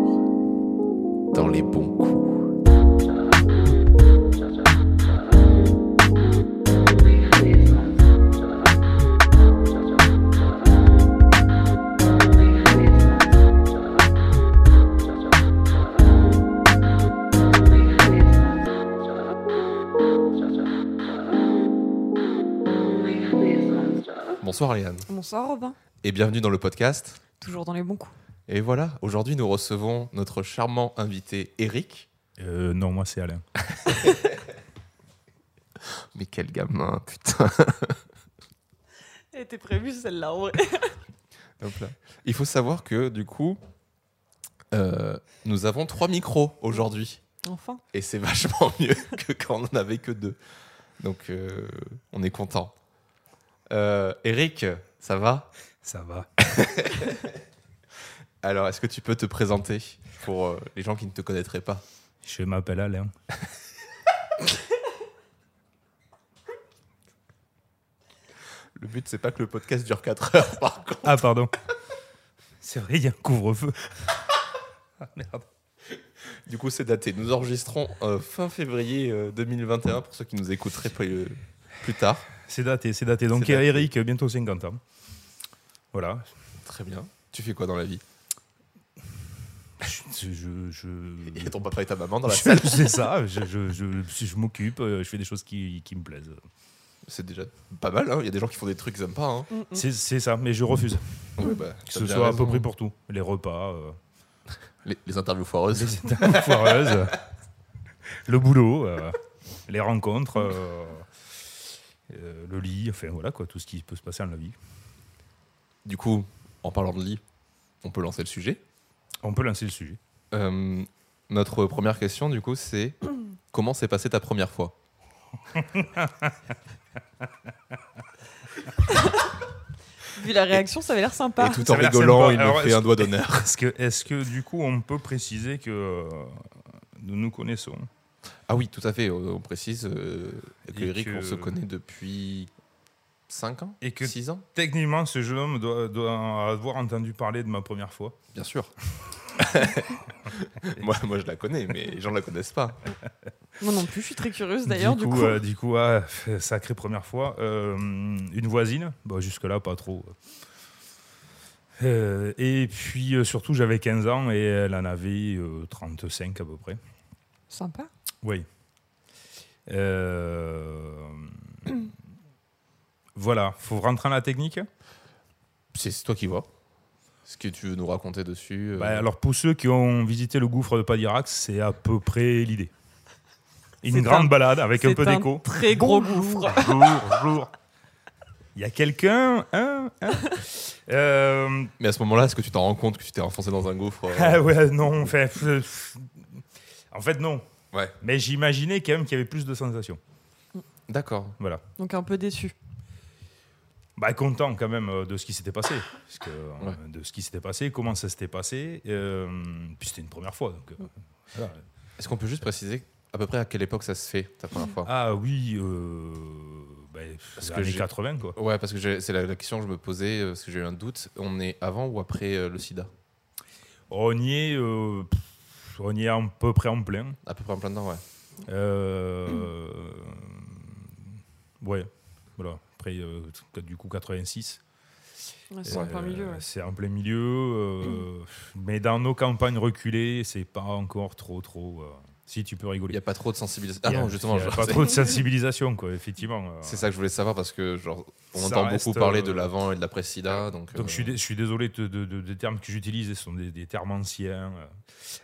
toujours dans les bons coups. Bonsoir Ariane Bonsoir Robin, et bienvenue dans le podcast. toujours dans les bons coups. Et voilà, aujourd'hui nous recevons notre charmant invité Eric. Euh, non, moi c'est Alain. Mais quel gamin, putain. Elle était prévue celle-là en vrai. Hop là. Il faut savoir que du coup, euh, nous avons trois micros aujourd'hui. Enfin, Et c'est vachement mieux que quand on n'en avait que deux. Donc euh, on est content. Euh, Eric, ça va Ça va. Alors est-ce que tu peux te présenter pour euh, les gens qui ne te connaîtraient pas Je m'appelle Alain. Le but c'est pas que le podcast dure 4 heures par contre. Ah, pardon. C'est vrai, il y a un couvre-feu. Ah, merde. Du coup c'est daté. Nous enregistrons euh, fin février euh, 2021 pour ceux qui nous écouteraient plus, plus tard. C'est daté, c'est daté. Donc C'est daté. Eric, bientôt 50 ans. Voilà. Très bien. Tu fais quoi dans la vie Je. je, je- Il y a ton papa et ta maman dans la je- salle. c'est ça, je, je, je, je m'occupe, euh, je fais des choses qui, qui me plaisent. C'est déjà pas mal, hein. il y a des gens qui font des trucs qu'ils aiment pas. Hein. Mm, mm. C'est c'est ça, mais je refuse. Ouais, bah, Que t'as ce bien soit à raison, peu près hein. pour tout. Les repas, euh, les, les interviews foireuses. les étapes foireuses, le boulot, euh, les rencontres, euh, euh, le lit, enfin voilà quoi, tout ce qui peut se passer dans la vie. Du coup, en parlant de lit, on peut lancer le sujet. On peut lancer le sujet. Euh, notre première question, du coup, c'est comment s'est passée ta première fois Vu la réaction, ça avait l'air Et sympa. tout ça en a l'air rigolant, sympa. il Alors, me fait est-ce- un doigt d'honneur. Est-ce que, est que du coup on peut préciser que euh, nous nous connaissons Ah oui, tout à fait, on, on précise euh, que Et Eric, on que- se connaît depuis 5 ans et que 6 ans techniquement ce jeune homme doit, doit avoir entendu parler de ma première fois. Bien sûr. moi, moi, je la connais, mais les gens ne la connaissent pas. Moi non plus, je suis très curieuse d'ailleurs du coup. euh, du coup, ah, sacrée première fois. Euh, une voisine, bon, jusque-là, pas trop. Euh, et puis, euh, surtout, j'avais 15 ans et elle en avait euh, 35 à peu près. Sympa. Oui. Euh, voilà, faut rentrer dans la technique. C'est c'est toi qui vois. Ce que tu veux nous raconter dessus. euh, Bah, alors, pour ceux qui ont visité le gouffre de Padirac, c'est à peu près l'idée. Une C'est grande un- balade avec un peu C'est d'écho. Très gros gouffre. Bonjour, bonjour. Il y a quelqu'un hein, hein Euh, Mais à ce moment-là, est-ce que tu t'en rends compte que tu t'es enfoncé dans un gouffre euh, ah ouais, non, enfin, pff, pff. en fait non. Ouais. Mais j'imaginais quand même qu'il y avait plus de sensations. D'accord. Voilà. Donc un peu déçu. Bah content quand même euh, de ce qui s'était passé, parce que, euh, Ouais. de ce qui s'était passé, comment ça s'était passé. euh, puis c'était une première fois. donc, euh, voilà. Est-ce qu'on peut juste préciser à peu près à quelle époque ça se fait, ta première fois Ah oui, euh, bah, Parce que années j'ai- 80 quoi. Ouais, parce que j'ai- c'est la, la question que je me posais, euh, parce que j'ai eu un doute. On est avant ou après euh, le sida On y est, euh, pff, on y est à peu près en plein. À peu près en plein dedans, ouais. Euh, ouais, voilà. Après, euh, du coup, 86. Ouais, c'est en plein Euh, milieu. ouais. C'est en plein milieu. euh, Mais dans nos campagnes reculées, c'est pas encore trop, trop. euh, si tu peux Il n'y rigoler. a pas trop de sensibilisation. Ah Il y a- non, justement, il y a je- pas c'est- trop de sensibilisation, quoi, effectivement. euh. c'est ça que je voulais savoir, parce que genre, on Ça entend reste, beaucoup parler de euh, l'avant et de l'après-sida. Donc, Donc euh, je suis, dé- je suis désolé de- de- de- des termes que j'utilise, ce sont des, des termes anciens. euh.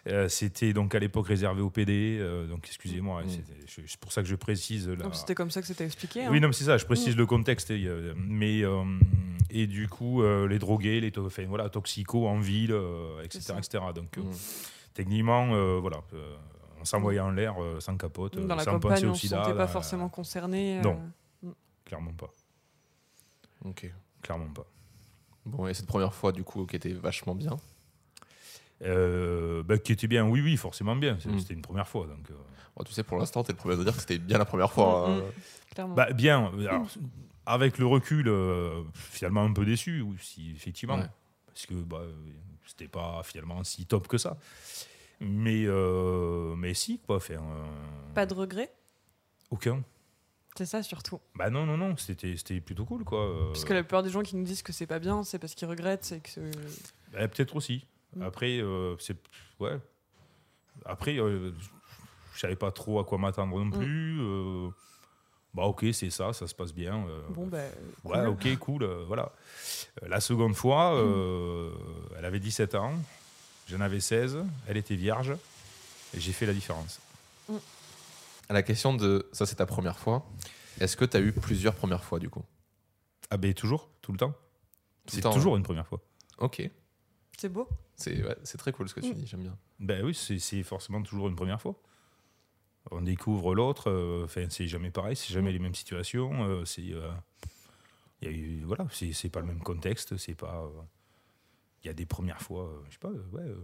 Euh, C'était donc à l'époque réservé au PD, euh, donc excusez-moi, Mm. c'était- je- c'est pour ça que je précise. La... Donc c'était comme ça que c'était expliqué. hein. Oui, non, mais c'est ça, je précise le contexte. et, euh, mais, euh, et du coup, euh, les drogués, les to- enfin, voilà, toxicos en ville, euh, C'est etc., ça. etc. Donc, euh, Mm. techniquement, euh, voilà, euh, on s'envoyait en l'air euh, sans capote, Dans euh, la sans penser campagne, on au se sida. sentait là, pas forcément concerné. euh, non. Clairement pas. Ok. Clairement pas. Bon, et cette première fois, du coup, qui était vachement bien. Euh, bah, qui était bien, oui, oui, forcément bien. c'est- Mm. C'était une première fois. Donc, euh, Bon, tu sais, pour l'instant, t'es le premier à dire que c'était bien la première fois. Mm, hein. Clairement. Bah, bien. Alors, euh, avec le recul, euh, finalement un peu déçu, oui, si, effectivement. Ouais. Parce que bah, euh, C'était pas finalement si top que ça. Mais, euh, mais si, quoi. Enfin, euh, Pas de regret Aucun. C'est ça surtout. Bah non, non, non, c'était c'était plutôt cool, quoi. Euh, Parce que la plupart des gens qui nous disent que c'est pas bien, c'est parce qu'ils regrettent, c'est que. c'est- bah, Peut-être aussi. Mm. Après, euh, c'est. Ouais. Après, euh, je savais pas trop à quoi m'attendre non Mm. plus. euh, bah, ok, c'est ça, ça se passe bien. euh, Bon, bah. Ouais, cool. ok, cool, euh, voilà. Euh, La seconde fois, euh, elle avait 17 ans, j'en avais 16, elle était vierge, et j'ai fait la différence. À la question de ça, c'est ta première fois. Est-ce que tu as eu plusieurs premières fois du coup Ah ben toujours, tout le temps Tout le C'est temps, hein. toujours une première fois. Ok. C'est beau. C'est ouais, c'est très cool ce que tu Mm. dis, j'aime bien. Ben oui, c'est c'est forcément toujours une première fois. On découvre l'autre, euh, enfin c'est jamais pareil, c'est jamais les mêmes situations, euh, c'est... euh, il y a eu- voilà, c'est c'est pas le même contexte, c'est pas... euh, Il y a des premières fois, euh, je sais pas, euh, ouais... euh,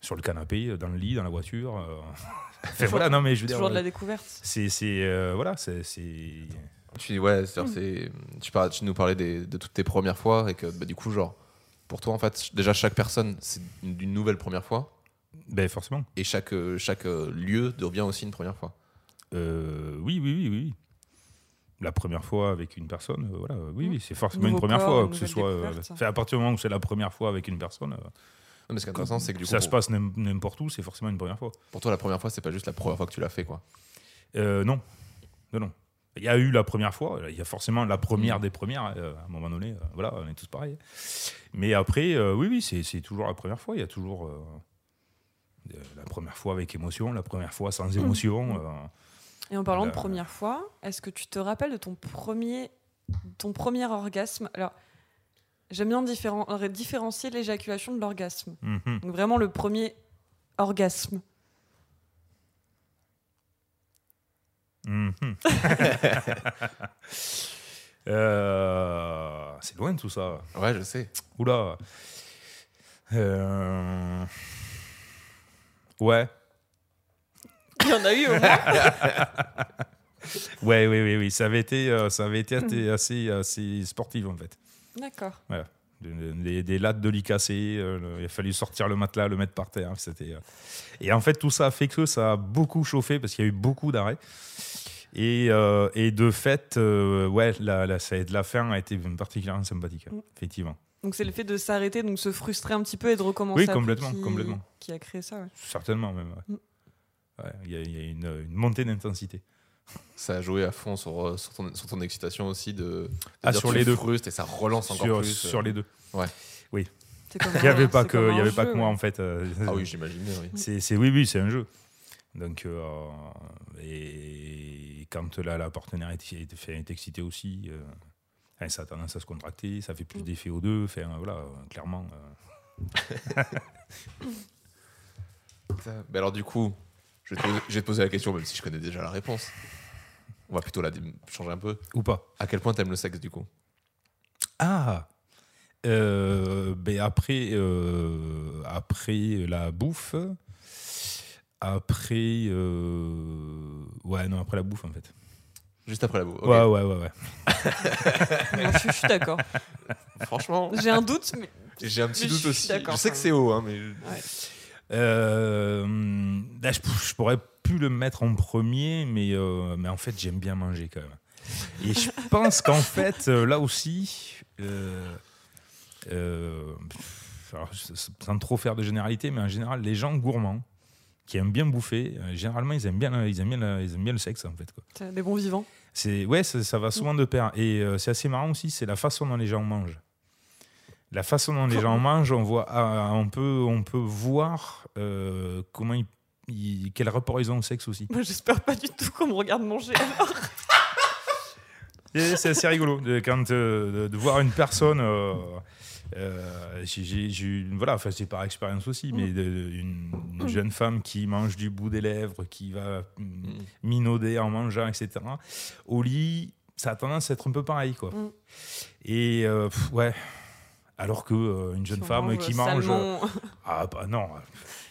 sur le canapé, euh, dans le lit, dans la voiture. euh. Enfin, voilà, non mais je veux dire... Toujours de la euh, découverte. C'est... c'est, euh, voilà, c'est... c'est- Tu, ouais, Mm. c'est-à-dire, c'est- tu, parles- tu nous parlais des- de toutes tes premières fois et que bah, du coup, genre, pour toi, en fait, ch- déjà chaque personne, c'est une, une nouvelle première fois Ben forcément. et chaque, euh, chaque euh, lieu devient aussi une première fois. Euh, oui, oui, oui, oui. La première fois avec une personne, euh, voilà, euh, oui, Mm. oui, c'est forcément Nouveau une première corps, fois, une que ce nouvelle soit. euh, découverte. c'est à partir du moment où c'est la première fois avec une personne, euh, Non, mais ce qui est intéressant, c'est que du coup, Mm. ça se pour, passe n'im- n'importe où, c'est forcément une première fois. pour toi, la première fois, c'est pas juste la première fois que tu l'as fait, quoi. Euh, non, non, non. Il y a eu la première fois, il y a forcément la première Mm. des premières, euh, à un moment donné, euh, voilà, on est tous pareils. Mais après, euh, oui, oui, c'est c'est toujours la première fois, il y a toujours euh, euh, la première fois avec émotion, la première fois sans Mm. émotion. euh, Et en parlant de Bah. première fois, est-ce que tu te rappelles de ton premier, ton premier orgasme Alors, j'aime bien différen- ré- différencier l'éjaculation de l'orgasme. mhm. Donc vraiment le premier orgasme. Mhm. Euh, c'est loin tout ça. Ouais, je sais. Oula. Euh, Ouais. Il y en a eu au moins. Ouais, oui, oui, oui. Ça avait été, euh, ça avait été assez, assez, euh, assez sportif en fait. D'accord. Des, des- des lattes de lit cassées, euh, le- il a fallu sortir le matelas, le mettre par terre. C'était, euh, Et en fait, tout ça a fait que ça a beaucoup chauffé parce qu'il y a eu beaucoup d'arrêts. Et, euh, et de fait, euh, ouais, la, la, ça- la fin a été particulièrement sympathique, hein, Mm. effectivement. Donc c'est le fait de s'arrêter, donc se frustrer un petit peu et de recommencer. Oui, après complètement, qui, complètement. Qui a créé ça ouais. Certainement, même. ouais. Mm. Ouais, Il y a- il y, a une, une montée d'intensité. Ça a joué à fond sur, euh, sur, ton, sur ton excitation aussi de. de Ah, dire sur tu les deux. frustes et ça relance encore Sur, plus. euh. sur les deux. C'est comme Il n'y un- avait pas euh, c'est que, comme il y un avait pas jeu, que moi, ouais. en fait. euh, Ah oui, j'imagine, oui. c'est, c'est- oui, oui, c'est un jeu. Donc, euh, et quand la, la partenaire est, est- fait- est excitée aussi, euh, hein, ça a tendance à se contracter, ça fait plus Mm. d'effet aux deux. Enfin, voilà, euh, clairement. euh, Mais alors, du coup, je vais, te poser, je vais te poser la question, même si je connais déjà la réponse. On va plutôt la dé- changer un peu. ou pas. À quel point t'aimes le sexe, du coup Ah Euh, ben après, euh, après la bouffe, après. euh, ouais, non, après la bouffe en fait. Juste après la bouffe. ok. Ouais, ouais, ouais, ouais. Moi, je, je suis d'accord. Franchement, J'ai un doute, mais j'ai un petit Mais je doute suis aussi. d'accord, Je sais quand que c'est haut, hein, mais. Euh, là, je, je pourrais plus le mettre en premier, mais, euh, mais en fait, j'aime bien manger quand même. Et je pense qu'en fait, euh, là aussi. euh, euh, pff, alors, c- c- sans trop faire de généralité, mais en général, les gens gourmands qui aiment bien bouffer, euh, généralement, ils aiment bien, ils aiment bien, la- ils aiment bien le sexe, en fait. quoi. t'as des bons vivants. C'est ouais, ça, ça va souvent de pair. Et euh, c'est assez marrant aussi, c'est la façon dont les gens mangent. La façon dont les gens mangent, on voit, ah, on peut, on peut voir euh, comment ils, ils- quel rapport ils ont au sexe aussi. Moi, j'espère pas du tout qu'on me regarde manger. Et C'est assez rigolo de, quand euh, de, de voir une personne. euh, euh, j'ai- j'ai- j'ai eu- voilà, enfin c'est par expérience aussi, mais de- une, une jeune femme qui mange du bout des lèvres, qui va mm, Mm. minauder en mangeant, etc. Au lit, ça a tendance à être un peu pareil, quoi. Mm. Et euh, pff, ouais. Alors que euh, une jeune On femme qui mange, salement. ah bah non,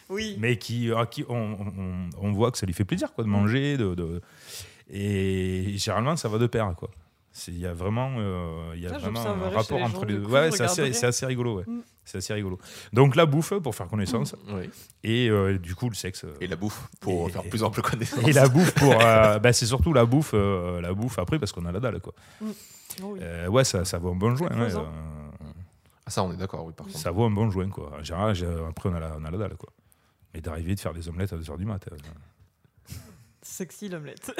Oui. mais qui, à qui on, on- Mm. on voit que ça lui fait plaisir, quoi, de manger, de, de- et généralement ça va de pair, quoi. C'est- Il y a vraiment, euh, il y a Ça, vraiment un j'observerai chez rapport les gens, entre les du deux. coup, Ouais, je c'est assez, regarderai. c'est assez rigolo. ouais. Mm. C'est assez rigolo. Donc la bouffe pour faire connaissance Oui. et euh, du coup le sexe. euh, Et la bouffe pour Et- faire plus ample connaissance. et la bouffe pour euh, bah, c'est surtout la bouffe euh, la bouffe après parce qu'on a la dalle quoi Oh oui. Euh, ouais ça, ça vaut un bon joint ouais, Faisant. euh, Ah, ça, on est d'accord, oui, par contre. ça vaut un bon joint quoi en général j'ai- après on a, la, on a la dalle quoi mais d'arriver de faire des omelettes à 2h du euh, matin Sexy l'omelette.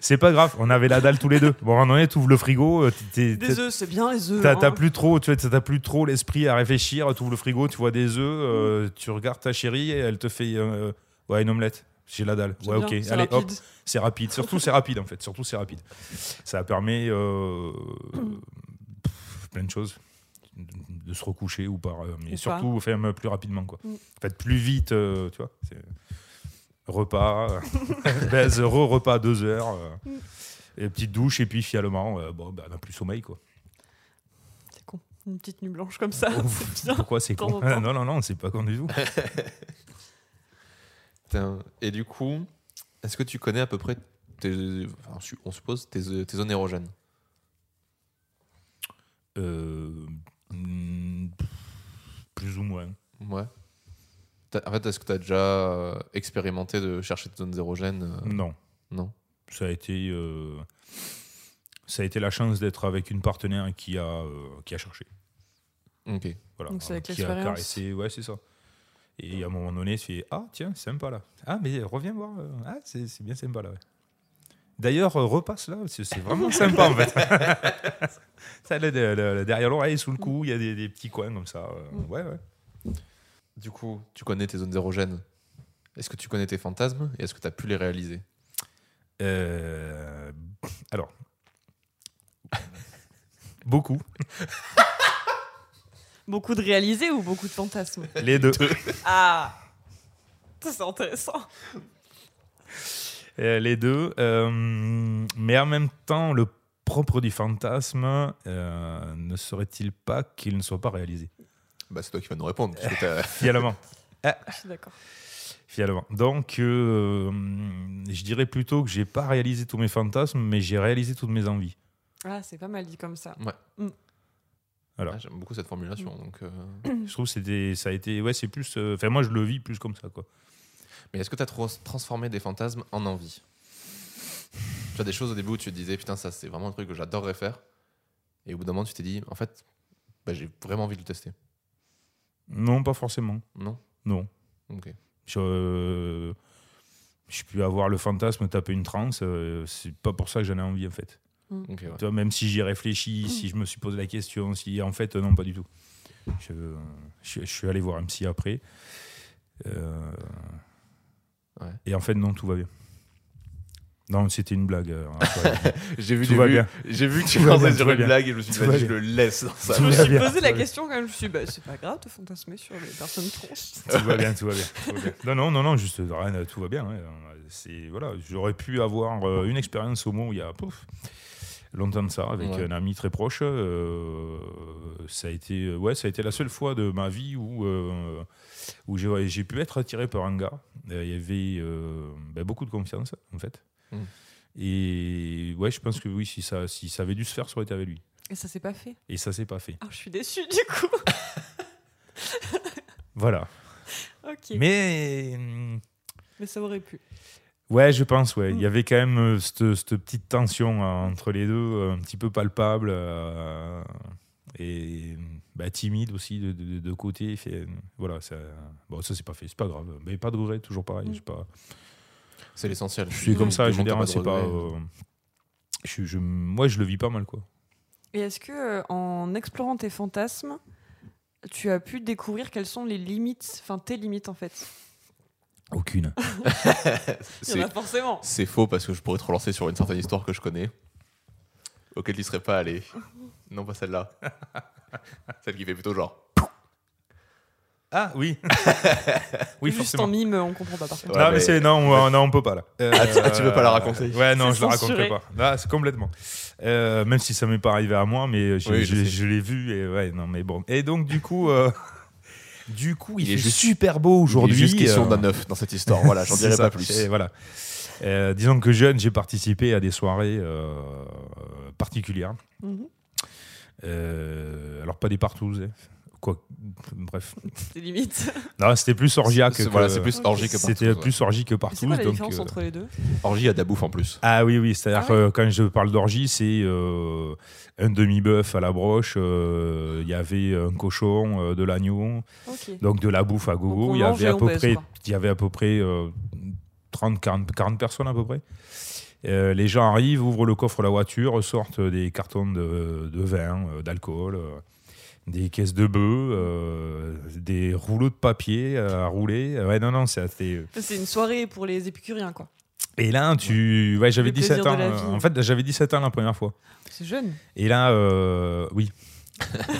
c'est pas grave on avait la dalle tous les deux bon à un moment donné t'ouvres le frigo euh, t'es- t'es- Des œufs, c'est bien les œufs. T'as hein. t'as plus trop, tu vois, t'as plus trop l'esprit à réfléchir. Tu ouvres le frigo, tu vois des œufs, euh, tu regardes ta chérie et elle te fait euh, ouais une omelette. J'ai la dalle. C'est Ouais, bien, ok. c'est Allez, hop, rapide. c'est rapide. Surtout, c'est rapide en fait. Surtout, c'est rapide. Ça permet euh, pff, plein de choses de se recoucher ou par, euh, mais Ou surtout faire plus rapidement quoi. Mm. En fait, plus vite, euh, tu vois. c'est- Repas, euh, baise, re-repas à deux heures, euh, Mm. et petite douche et puis finalement, euh, bon, bah, on a plus sommeil quoi. C'est con. Une petite nuit blanche comme ça, Oh, c'est bien. Pourquoi c'est Temps con en temps. Non, non, non, c'est pas con du tout. Putain. Et du coup, est-ce que tu connais à peu près, tes- enfin, su- on suppose, tes, tes zones érogènes Euh, mm, plus ou moins. Ouais. T'as- En fait, est-ce que tu as déjà euh, expérimenté de chercher tes zones érogènes euh, Non. Non. Ça a été, euh, ça a été la chance d'être avec une partenaire qui a, euh, qui a cherché. Ok. Voilà. Donc c'est avec qui a l'expérience. caressé, ouais, c'est ça. Et à un moment donné, tu fais Ah, tiens, c'est sympa là. Ah, mais reviens voir. euh, Ah, c'est c'est bien sympa là. ouais. D'ailleurs, euh, repasse là, c'est c'est vraiment sympa en fait. ça, le- le- le- derrière l'oreille, sous le cou, il y a des, des petits coins comme ça. euh, Mm. Ouais, ouais. Du coup, tu connais tes zones érogènes. Est-ce que tu connais tes fantasmes et est-ce que tu as pu les réaliser Euh, alors. Beaucoup. Beaucoup de réalisés ou beaucoup de fantasmes Les deux. Ah Ça, c'est intéressant. Euh, les deux. Euh, mais en même temps, le propre du fantasme euh, ne serait-il pas qu'il ne soit pas réalisé Bah, c'est toi qui vas nous répondre. puisque t'as- Finalement. Je suis d'accord. Finalement. Donc, euh, je dirais plutôt que j'ai pas réalisé tous mes fantasmes, mais j'ai réalisé toutes mes envies. Ah, c'est pas mal dit comme ça. Voilà. Ah, J'aime beaucoup cette formulation. Mm. Donc, euh, Je trouve que c'était- ça a été. Ouais, c'est plus. euh, Enfin, moi, je le vis plus comme ça, quoi. Mais est-ce que tu as transformé des fantasmes en envie Tu as des choses au début où tu te disais, putain, ça c'est vraiment un truc que j'adorerais faire. Et au bout d'un moment, tu t'es dit, en fait, bah, j'ai vraiment envie de le tester. Non, pas forcément. Non Non. Ok. Je, euh, je peux avoir le fantasme de taper une transe, euh, c'est pas pour ça que j'en ai envie en fait. Ok, ouais. Mm. Tu vois, même si j'y réfléchis, si je me suis posé la question, si en fait, euh, non, pas du tout. Je, je- je suis allé voir un psy après. Euh, Ouais. Et en fait, non, tout va bien. Non, c'était une blague. euh, en soi. J'ai vu, Tout j'ai va vu, bien. j'ai vu que tu Tout va pensais bien, tout sur va une bien. blague et je me suis dit, Tout va vas-y, je bien. le laisse dans ça. Je Tout me va suis bien, posé tout la va bien. question quand même. Je me suis dit, bah, c'est pas grave de fantasmer sur les personnes trans. tout va bien, tout va bien. tout va bien. Non, non, non, non, juste rien, euh, tout va bien. ouais. C'est voilà, j'aurais pu avoir euh, une expérience au mot il y a pouf, longtemps de ça avec Ouais. un ami très proche. euh, ça a été euh, ouais, ça a été la seule fois de ma vie où euh, où j'ai j'ai pu être attiré par un gars. Euh, Il y avait euh, ben, beaucoup de confiance en fait. Mm. Et ouais, je pense que oui, si ça, si ça avait dû se faire, ça aurait été avec lui. Et ça s'est pas fait. Et ça s'est pas fait. Ah, je suis déçue du coup. Voilà. ok. Mais, Mais hum, ça aurait pu. Ouais, je pense, ouais. Il Mm. y avait quand même euh, cette, cette petite tension euh, entre les deux, euh, un petit peu palpable euh, et bah, timide aussi de, de- de côté. Fait, euh, voilà, ça, bon, ça c'est pas fait, c'est pas grave. Mais pas de regret, toujours pareil. Mm. Je sais pas. C'est l'essentiel. C'est Mm. comme ça, Tout je le veux monde a dire, pas de c'est pas. regret. euh, je, je- moi, je le vis pas mal, quoi. Et est-ce que, euh, en explorant tes fantasmes, tu as pu découvrir quelles sont les limites, enfin tes limites en fait Aucune. Il y en C'est- a forcément. C'est faux parce que je pourrais te relancer sur une certaine histoire que je connais, auquel tu serais pas allé. Non, pas celle-là. celle qui fait plutôt genre. Ah oui. oui, Juste en forcément. mime, on comprend pas parfaitement. Ouais, non, mais- mais c'est non, on- non, on peut pas là. Euh, tu- tu veux pas la raconter Ouais, non, C'est je la censuré. raconterai pas. Là, c'est complètement. Euh, même si ça m'est pas arrivé à moi, mais euh, je, Oui, je je- sais. je l'ai vu et ouais, non, mais bon. Et donc du coup, euh, Du coup, il, Il est est juste- super beau aujourd'hui. Il est juste question euh, d'un œuf dans cette histoire. Voilà, j'en c'est dirai ça, pas plus. c'est- Voilà. Euh, disons que jeune, j'ai participé à des soirées euh, particulières. Mhm. Euh, alors, pas des partouzes. hein. Quoi, bref. C'est limite. Non, c'était plus orgiaque. C'est- que- Voilà, c'est plus orgie que C'était partouze, ouais. plus orgie que euh, Mais C'est partout. quoi la différence entre les deux orgie à Dabouf en plus. Ah oui, oui, c'est-à-dire Ah ouais. que quand je parle d'orgie, c'est euh, un demi-bœuf à la broche, euh, il y avait un cochon, euh, de l'agneau, Ok. donc de la bouffe à Donc gogo. on Il y mange avait et à on peu baise, près, quoi. il y avait à peu près euh, 30, 40, 40 personnes à peu près. Euh, les gens arrivent, ouvrent le coffre de la voiture, sortent des cartons de, de vin, euh, d'alcool, euh, des caisses de bœufs, euh, des rouleaux de papier euh, à rouler. Ouais, non, non, c'était. C'est une soirée pour les épicuriens, quoi. Et là, tu. Ouais, j'avais Les 17 plaisirs ans. de la euh, vie. En fait, j'avais 17 ans la première fois. C'est jeune. Et là, euh, oui.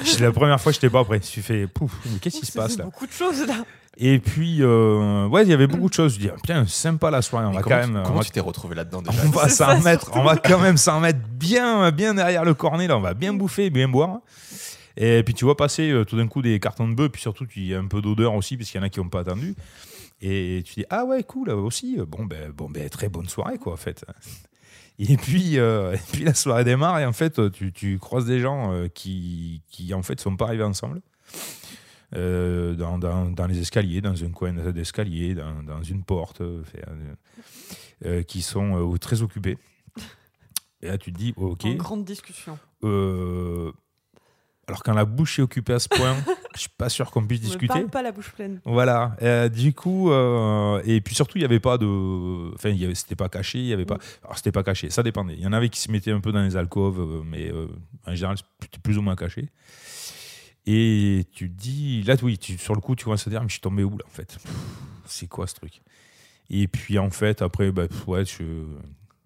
C'est la première fois, je n'étais pas prêt. Je me suis fait, pouf, mais qu'est-ce Oh, qui Oh, se C'est passe là beaucoup de choses là. Et puis, euh, ouais, il y avait beaucoup de choses. Je dis, ah, putain, sympa la soirée. On Mais va comment quand même. tu- euh, on comment va- tu t'es retrouvé là-dedans déjà on va C'est s'en ça, mettre, surtout. on va quand même s'en mettre bien, bien derrière le cornet là, on va bien bouffer, bien boire. Et puis tu vois passer euh, tout d'un coup des cartons de bœuf, puis surtout il y a un peu d'odeur aussi, puisqu'il y en a qui n'ont pas attendu. Et tu dis ah ouais cool euh, aussi, bon ben bon ben très bonne soirée quoi en fait. Et puis, euh, et puis la soirée démarre et en fait euh, tu, tu croises des gens euh, qui, qui en fait sont pas arrivés ensemble. Euh, dans, dans- dans les escaliers, dans un coin d'escalier, dans, dans une porte, euh, fait, euh, euh, qui sont euh, très occupés. Et là, tu te dis, ok. En grande discussion. euh, alors, quand la bouche est occupée à ce point, je suis pas sûr qu'on puisse Ne discuter. parle pas la bouche pleine. Voilà. Euh, du coup, euh, et puis surtout, il n'y avait pas de. Enfin, il y avait- c'était pas caché. Il y avait pas. Alors, c'était pas caché. Ça dépendait. Il y en avait qui se mettaient un peu dans les alcôves, euh, mais euh, en général, c'était plus ou moins caché. Et tu te dis, là, oui, tu, sur le coup, tu commences à dire, mais je suis tombé où là, en fait Pff, C'est quoi ce truc Et puis, en fait, après, bah, pff, ouais, tu,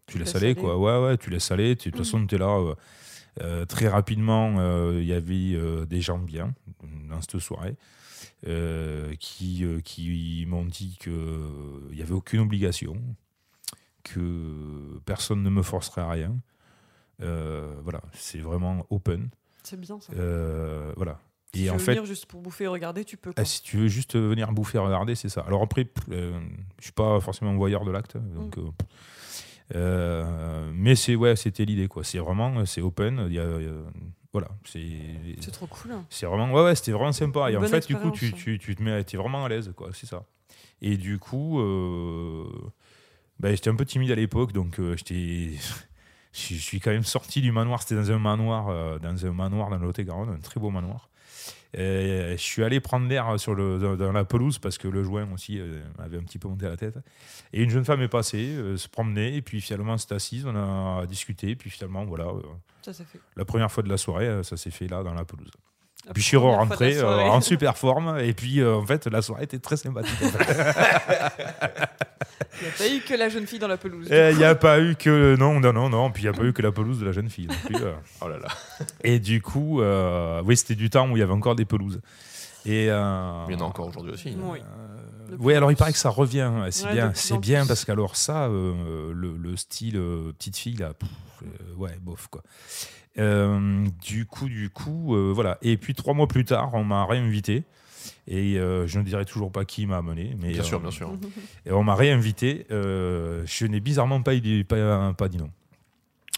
tu laisses aller, quoi. Ouais, ouais, tu laisses aller. Tu- De toute façon, tu es là. euh, euh, très rapidement, euh, il y avait euh, des gens bien dans cette soirée euh, qui, euh, qui m'ont dit qu'il n'y avait aucune obligation, que personne ne me forcerait à rien. Euh, voilà, c'est vraiment open. C'est bien ça. Euh, voilà. Si Et tu en veux fait, venir juste pour bouffer et regarder, tu peux. ah, quoi. si tu veux juste venir bouffer, regarder, c'est ça. Alors après, pff, euh, je suis pas forcément voyeur de l'acte, donc. Mm. euh, pff. Euh, mais c'est ouais, c'était l'idée quoi. C'est vraiment, c'est open. il y a, euh, voilà, c'est C'est trop cool. c'est vraiment, ouais, ouais, c'était vraiment sympa. Et Une en bonne fait, du coup, tu, expérience, tu, tu te mets, t'es vraiment à l'aise, quoi, c'est ça. Et du coup, euh, bah, j'étais un peu timide à l'époque, donc euh, j'étais. Je suis quand même sorti du manoir. C'était dans un manoir, euh, dans un manoir dans le Lot-et-Garonne, un très beau manoir. Et euh, je suis allé prendre l'air sur le, dans, dans la pelouse parce que le joint aussi euh, avait un petit peu monté la tête. Et une jeune femme est passée, euh, se promenait, et puis finalement s'est assise, on a discuté, et puis finalement, voilà, euh, Ça, ça fait. la première fois de la soirée, euh, ça s'est fait là dans la pelouse. la Puis je suis re- première fois de la rentré euh, soirée. en super forme. Et puis, euh, en fait, la soirée était très sympathique. en fait. Il n'y a pas eu que la jeune fille dans la pelouse. du Et Il coup. n'y Eh, a pas eu que. Non, non, non, non. Puis il n'y a pas eu que la pelouse de la jeune fille. non plus, euh. Oh là là. Et du coup, euh, oui, c'était du temps où il y avait encore des pelouses. Et. euh, Il y en a encore aujourd'hui aussi. Oui. euh, De plus oui, alors il en paraît plus. que ça revient. ouais, C'est Ouais, de bien, plus c'est en bien plus. parce qu'alors ça, euh, le, le style euh, petite fille là, pff, euh, ouais, bof quoi. Euh, du coup, du coup, euh, voilà. Et puis trois mois plus tard, on m'a réinvité et euh, je ne dirai toujours pas qui m'a amené, mais Bien euh, sûr, bien sûr. Et on m'a réinvité. euh, je n'ai bizarrement pas, eu- pas, pas dit non.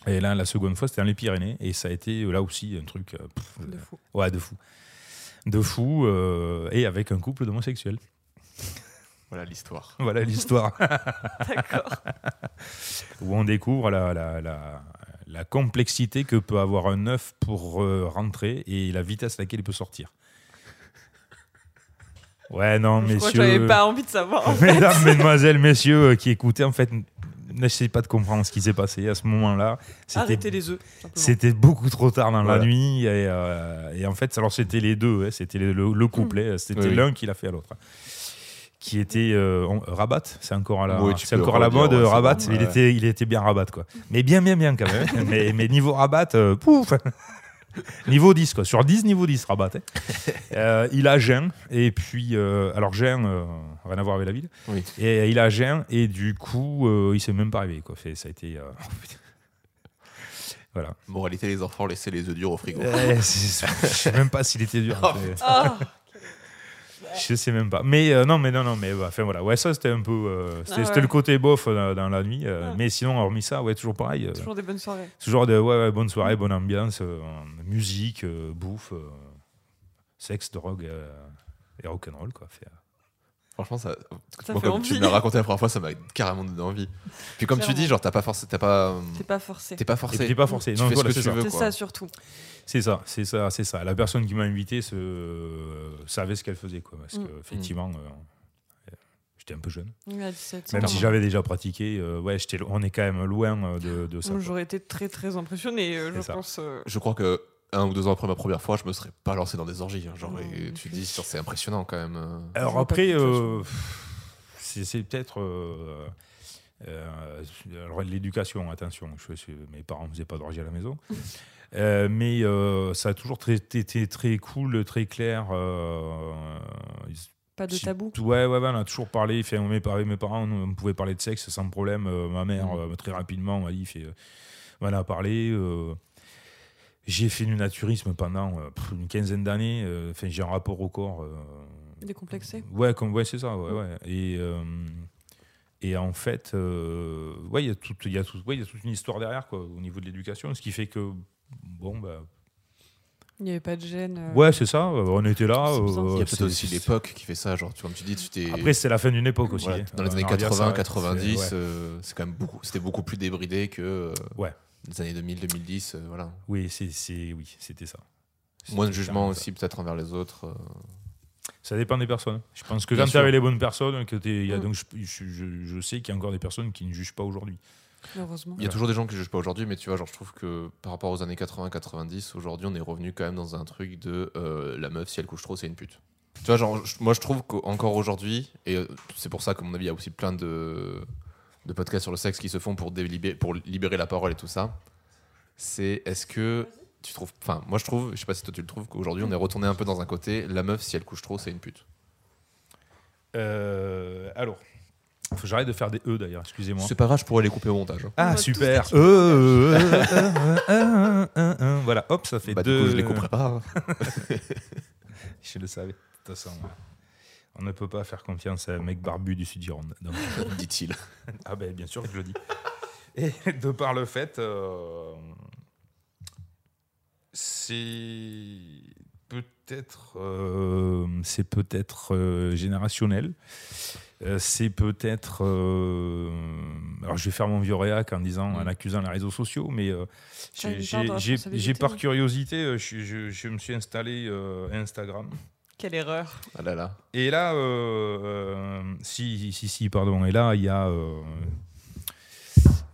Et là, la seconde fois, c'était dans les Pyrénées. Et ça a été euh, là aussi un truc. euh, pff, De fou. euh, ouais, de fou. De fou. euh, et avec un couple d'homosexuels. Voilà l'histoire. Voilà l'histoire. D'accord. où on découvre la, la, la, la complexité que peut avoir un œuf pour euh, rentrer et la vitesse à laquelle il peut sortir. Ouais, non, Je crois que messieurs. j'avais pas envie de savoir. Mesdames, mesdemoiselles, messieurs euh, qui écoutaient, en fait, n- n'essayez pas de comprendre ce qui s'est passé à ce moment-là. Arrêtez C'était les œufs. simplement. c'était beaucoup trop tard dans Voilà. la nuit. Et, euh, et en fait, alors c'était les deux, hein, c'était le, le couplet, c'était Oui, oui. l'un qui l'a fait à l'autre. Qui était euh, on- Rabat, c'est encore à la, Oui, tu c'est peux encore à la redire, mode, ouais, c'est Rabat. bon, il, ouais. était, il était bien Rabat, quoi. Mais bien, bien, bien quand même. mais, mais niveau Rabat, euh, pouf Niveau 10, quoi. Sur 10, niveau 10, Rabat. hein. Euh, il a Gien, et puis. euh, alors, Gien, euh, rien à voir avec la ville. Oui. Et il a Gien, et du coup, euh, il s'est même pas réveillé, quoi. Fait, ça a été. euh, voilà. Moralité les enfants, Oh. laissez les œufs durs au frigo. Euh, c'est- c'est- je sais même pas s'il était dur. Oh, mais- Ah, Je sais même pas. Mais euh, non, mais non, non, mais bah, enfin voilà. Ouais, ça c'était un peu. euh, c'était Ah ouais. c'était le côté bof euh, dans, dans la nuit. euh, Ah. Ouais. Mais sinon, hormis ça, ouais, toujours pareil. euh, Toujours des bonnes soirées. ce genre de ouais, ouais, bonne soirée, bonne ambiance, euh, musique, euh, bouffe, euh, sexe, drogue euh, et rock'n'roll quoi. Fait, euh, Franchement, ça, Ça moi, fait comme tu envie. me l'as raconté la première fois, ça m'a carrément donné envie. Puis comme tu Clairement. dis, genre, t'as pas forcé, t'as pas, euh, T'es pas forcé. t'es pas Et forcé. puis t'es pas forcé. Tu Non, fais voilà, ce que c'est tu ça. veux. C'est quoi. ça surtout. C'est ça, c'est ça, c'est ça. La personne qui m'a invité se... euh, savait ce qu'elle faisait quoi. Parce Mm. que effectivement, euh, j'étais un peu jeune. Oui, à 17 Même Clairement. si j'avais déjà pratiqué, euh, ouais, j'étais, lo- on est quand même loin euh, de, de ça. Moi, quoi. J'aurais été très très impressionné, euh, C'est je ça. pense. euh, Je crois que un ou deux ans après ma première fois, je me serais pas lancé dans des orgies. hein, genre, Non, et non tu plus. dis, genre, c'est impressionnant quand même. euh. J'aurais Alors pas après, pu, de toute euh, c'est, c'est peut-être. euh, euh, alors l'éducation, attention, je sais, mes parents ne faisaient pas d'orgie à la maison. Euh, mais euh, ça a toujours très- été très cool, très clair. euh, Pas de Si- tabou. Ouais, ouais, ouais, on a toujours parlé. Enfin, on est parlé- mes parents, on, on pouvait parler de sexe sans problème. Euh, ma mère, Mhm. euh, très rapidement, m'a dit, fait, euh, on en a parlé. euh, j'ai fait du naturisme pendant euh, pff, une quinzaine d'années. euh, Enfin, j'ai un rapport au corps. euh, Décomplexé. Ouais, comme ouais, c'est ça. Ouais, Mm. ouais. Et euh, et en fait, euh, ouais, il y a toute, il y a tout- ouais, il y a toute une histoire derrière quoi, au niveau de l'éducation, ce qui fait que bon bah Il n'y avait pas de gêne. euh, ouais, c'est ça. euh, On était là. C'est bizarre. Il y a c'est- peut-être aussi c'est- l'époque qui fait ça. Genre, tu, comme tu dis, tu t'es. Après, c'est la fin d'une époque aussi. voilà, hein. dans les Euh, années on revient à ça, 80, ouais. 90, C'est- ouais. euh, c'est quand même beaucoup. C'était beaucoup plus débridé que euh, Ouais. les années 2000, 2010. euh, voilà. Oui, c'est, c'est- oui, c'était ça. Moins de C'était jugement clairement ça. aussi peut-être envers les autres. euh. Ça dépend des personnes. Je pense que Bien quand tu sûr. avais les bonnes personnes, que t'es- il y a Mm. donc je, je- je- je sais qu'il y a encore des personnes qui ne jugent pas aujourd'hui. Heureusement. Il y a toujours des gens qui jugent pas aujourd'hui, mais tu vois, genre, je trouve que par rapport aux années 80-90, aujourd'hui, on est revenu quand même dans un truc de euh, la meuf, si elle couche trop, c'est une pute. Tu vois, genre, je- moi, je trouve qu'encore aujourd'hui, et euh, c'est pour ça qu'à mon avis, il y a aussi plein de, de podcasts sur le sexe qui se font pour, délibé- pour libérer la parole et tout ça. C'est est-ce que tu trouves. Enfin, moi, je trouve, je sais pas si toi tu le trouves, qu'aujourd'hui, on est retourné un peu dans un côté la meuf, si elle couche trop, c'est une pute. Euh, alors, faut que j'arrête de faire des E d'ailleurs, excusez-moi. C'est pas grave, je pourrais les couper au montage. hein. On Ah, va tous super. les E, E, E, E, E, E, E, E, E. Voilà, hop, ça fait Bah, deux. Du coup, je les couperai pas. hein. Je le savais. De toute façon, on ne peut pas faire confiance à un mec barbu du Sud-Gironde. Donc, dit-il. Ah ben bien sûr que je le dis. Et de par le fait, euh, c'est peut-être, euh, c'est peut-être euh, générationnel. Euh, c'est peut-être, euh, alors je vais faire mon vieux réac en disant, Mm. en accusant les réseaux sociaux, mais euh, T'as j'ai- une part de j'ai- j'ai responsabilité, j'ai par oui. curiosité, euh, je, je- je me suis installé euh, Instagram. Quelle erreur. Ah là là. Et là, euh, euh, si, si, si, pardon. Et là, il y a. euh,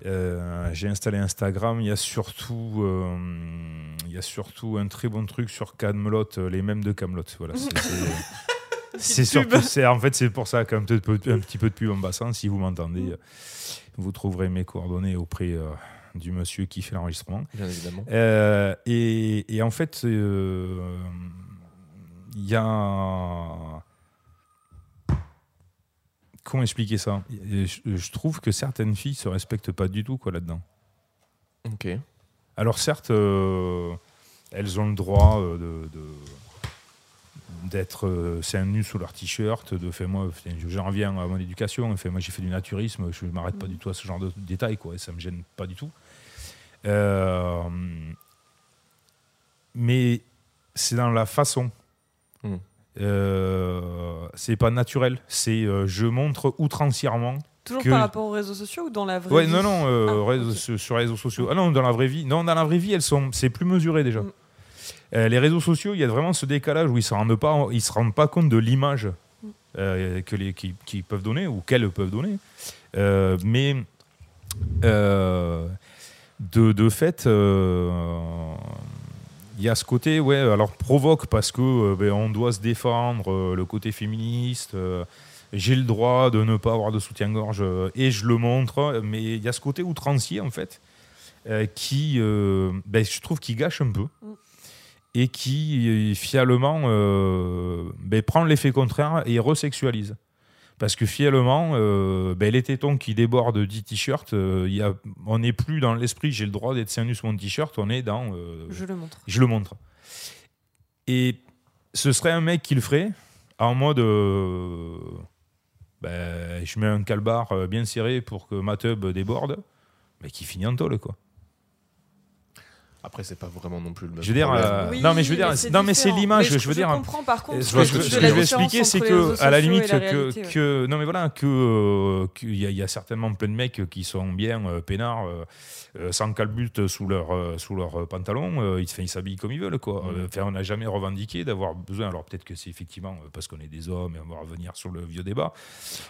euh, J'ai installé Instagram. Il y a surtout, euh, il y a surtout un très bon truc sur Camelot, les mêmes de Camelot. Voilà. c'est- c'est- C'est pub. surtout, c'est en fait, c'est pour ça quand peut-être peu- un petit peu de pub en passant. Si vous m'entendez, vous trouverez mes coordonnées auprès euh, du monsieur qui fait l'enregistrement. Bien évidemment. Euh, et, et en fait, euh, il y a. Comment expliquer ça Et je, je trouve que certaines filles se respectent pas du tout quoi là-dedans. Ok. Alors certes, euh, elles ont le droit euh, de. de- d'être euh, seins nus sous leur t-shirt, de fait moi, putain, j'en reviens à mon éducation, fait moi j'ai fait du naturisme, je m'arrête pas Mhm. du tout à ce genre de détails, quoi, et ça me gêne pas du tout. Euh, mais c'est dans la façon. Mm. Euh, c'est pas naturel, c'est euh, je montre outrancièrement Toujours Que- par rapport aux réseaux sociaux ou dans la vraie Ouais, vie non, non, euh, Ah, réseaux- ok. sur, sur les réseaux sociaux. Ah non, dans la vraie vie, non, dans la vraie vie, elles sont, c'est plus mesuré déjà. Mm. Euh, les réseaux sociaux, il y a vraiment ce décalage où ils se rendent pas, ils se rendent pas compte de l'image Mm. euh, que les qui, qui peuvent donner ou qu'elles peuvent donner. Euh, mais euh, de, de fait, euh, il y a ce côté, ouais, alors provoque parce que euh, ben, on doit se défendre, euh, le côté féministe. euh, j'ai le droit de ne pas avoir de soutien-gorge euh, et je le montre, mais il y a ce côté outrancier en fait euh, qui, euh, ben, je trouve, qui gâche un peu Mm. et qui euh, finalement euh, ben, prend l'effet contraire et resexualise. Parce que finalement, euh, ben, les tétons qui débordent 10 t-shirts, euh, il y a- on n'est plus dans l'esprit j'ai le droit d'être seins nus sur mon t-shirt, on est dans euh, Je le montre. je le montre. Et ce serait un mec qui le ferait. en mode. euh, ben, je mets un calbar euh, bien serré pour que ma tub déborde, mais qui finit en tôle, quoi. Après, c'est pas vraiment non plus le même. Je veux dire, problème. euh, non, mais je veux dire, non, mais c'est différent. l'image, Mais je veux dire, Je comprends par contre. Ce vois que ce je que veux- tu ce veux que je dire. veux La expliquer, c'est que à la limite que, que- non mais voilà que euh, qu'il y, a- il y a certainement plein de mecs qui sont bien euh, peinards, euh, euh, sans calbute sous leur euh, sous leur euh, pantalon, euh, ils enfin, ils s'habillent comme ils veulent quoi. Mhm. Euh, Enfin, on n'a jamais revendiqué d'avoir besoin. Alors peut-être que c'est effectivement euh, parce qu'on est des hommes et on va revenir sur le vieux débat.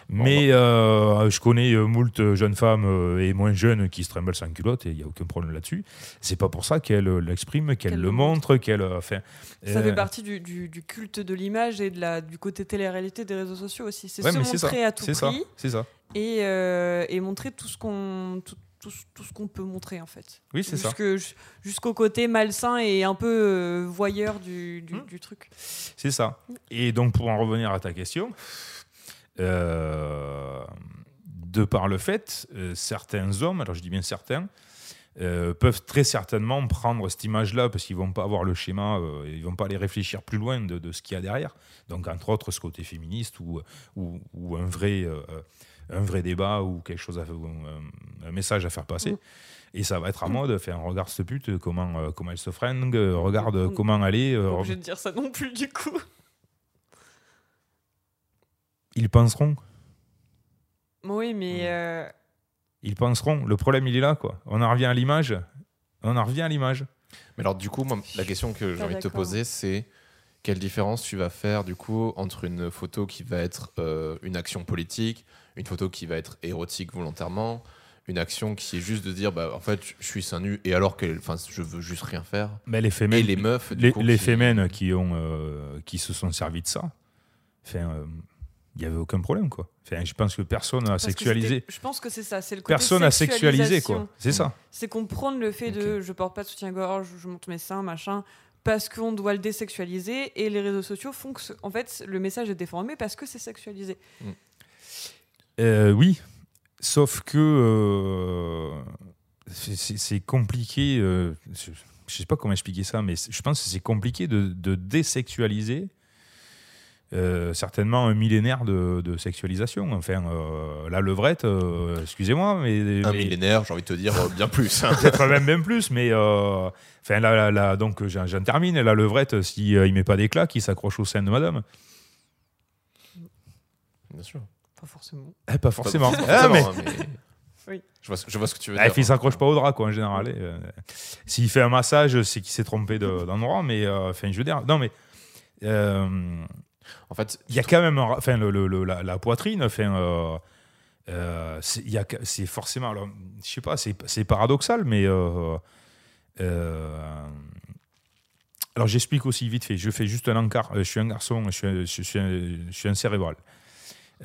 mais euh, je connais euh, moult jeunes femmes euh, et moins jeunes qui se trimballent sans culotte et il y a aucun problème là-dessus. C'est pas pour ça qu'elles euh, l'expriment, qu'elles Qu'elles le le montrent. montrent, qu'elles euh, enfin. Ça euh, fait partie du, du- du culte de l'image et de la, du côté télé-réalité des réseaux sociaux aussi. C'est ouais, se mais c'est montrer ça, à tout c'est prix ça, c'est ça. Et, euh, et montrer tout ce qu'on tout, tout ce- tout ce qu'on peut montrer en fait. Oui, c'est ça. Jusque- ju- Jusqu'au côté malsain et un peu euh, voyeur du, du, Hmm. du truc. C'est ça. Et donc, pour en revenir à ta question, euh, de par le fait, euh, certains hommes, alors je dis bien certains, euh, peuvent très certainement prendre cette image-là parce qu'ils vont pas avoir le schéma, euh, ils vont pas aller réfléchir plus loin de, de ce qu'il y a derrière. Donc, entre autres, ce côté féministe ou, ou, ou un, vrai, euh, un vrai débat ou quelque chose, à, ou un, un message à faire passer. Mhm. Et ça va être en mode, enfin, regarde cette pute, comment, euh, comment elle se fringue, euh, regarde Mhm. euh, comment elle est, Pas euh, obligé de dire ça non plus du coup. ils penseront Oui, mais Hmm. euh, ils penseront. Le problème, il est là, quoi. On en revient à l'image. On en revient à l'image. Mais alors, du coup, moi, la question que j'ai Pas envie de te d'accord. poser, c'est quelle différence tu vas faire, du coup, entre une photo qui va être euh, une action politique, une photo qui va être érotique volontairement, une action qui est juste de dire, bah, en fait, je suis seins nu et alors que enfin, je veux juste rien faire. Mais les Mais femelles, les meufs, du les, coup, les qui- femelles qui ont, euh, qui se sont servies de ça, enfin, euh, il y avait aucun problème, quoi. Enfin, je pense que personne n'a parce que sexualisé. c'était- Je pense que c'est ça. C'est le côté Personne n'a sexualisé, sexualisation. quoi. C'est ça. C'est comprendre le fait de je porte pas de soutien-gorge, je monte mes seins, machin, parce qu'on doit le désexualiser et les réseaux sociaux font que, ce- en fait, le message est déformé parce que c'est sexualisé. Euh, oui, sauf que euh, c'est- c'est c'est compliqué. euh, je je sais pas comment expliquer ça, mais c'est- je pense que c'est compliqué de, de désexualiser euh, certainement un millénaire de, de sexualisation. Enfin, euh, la levrette, euh, excusez-moi, mais, Un mais- millénaire, j'ai envie de te dire, euh, bien plus. hein. peut-être même même plus, mais euh, enfin là, là, là, donc j'en j'en termine. La levrette, si euh, il met pas d'éclat, qui s'accroche au sein de Madame. Bien sûr. Pas forcément. Eh, pas forcément. Pas Ah, mais- forcément, hein, mais- Oui. Je vois, ce- je vois ce que tu veux Ah, dire. et puis il s'accroche pas au drap, quoi, en général. et, euh, S'il fait un massage, c'est qu'il s'est trompé de- d'endroit, mais euh, enfin, je veux dire, non, mais euh, En fait, il y a quand même, un ra- enfin, le, le- le- la, la poitrine, enfin, euh, euh, c'est il y a que- c'est forcément, alors, je sais pas, c'est c'est paradoxal, mais euh, euh, alors j'explique aussi vite fait. Je fais juste un encart. euh, Je suis un garçon, je suis un, je suis un- je suis un cérébral.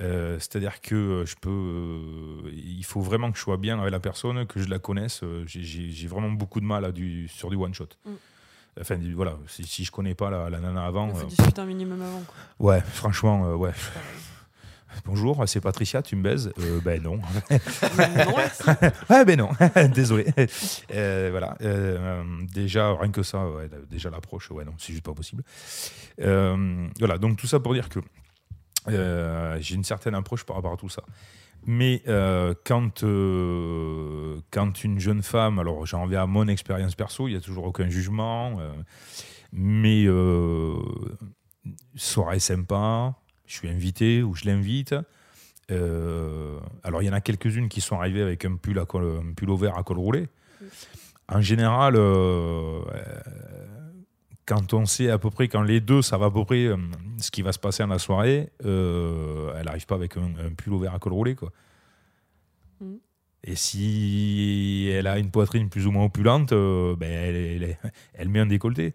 Euh, C'est-à-dire que euh, je peux, euh, il faut vraiment que je sois bien avec la personne, que je la connaisse. Euh, J'ai- J'ai j'ai vraiment beaucoup de mal à du, sur du one shot. Mm. Enfin du- voilà, si, si je connais pas la, la nana avant, Il faut euh, discuter un minimum avant. quoi. ouais, franchement, euh, ouais. Bonjour, c'est Patricia, tu me baises Euh, Ben non. non, merci. Ah ben non, désolé. Euh, voilà, Euh, euh, déjà rien que ça, ouais, la- déjà l'approche, ouais non, c'est juste pas possible. Euh, voilà, donc tout ça pour dire que euh, j'ai une certaine approche par rapport à tout ça. Mais euh, quand, euh, quand une jeune femme, alors j'en reviens à mon expérience perso, il n'y a toujours aucun jugement, euh, mais euh, soirée sympa, je suis invité ou je l'invite. Euh, alors il y en a quelques-unes qui sont arrivées avec un pull, à col, un pull au vert à col roulé. Oui. En général, euh, euh, quand on sait à peu près, quand les deux savent à peu près euh, ce qui va se passer dans la soirée, euh, elle n'arrive pas avec un, un pull au vert à col roulé. Quoi. Mhm. Et si elle a une poitrine plus ou moins opulente, euh, ben, elle, elle- elle met un décolleté.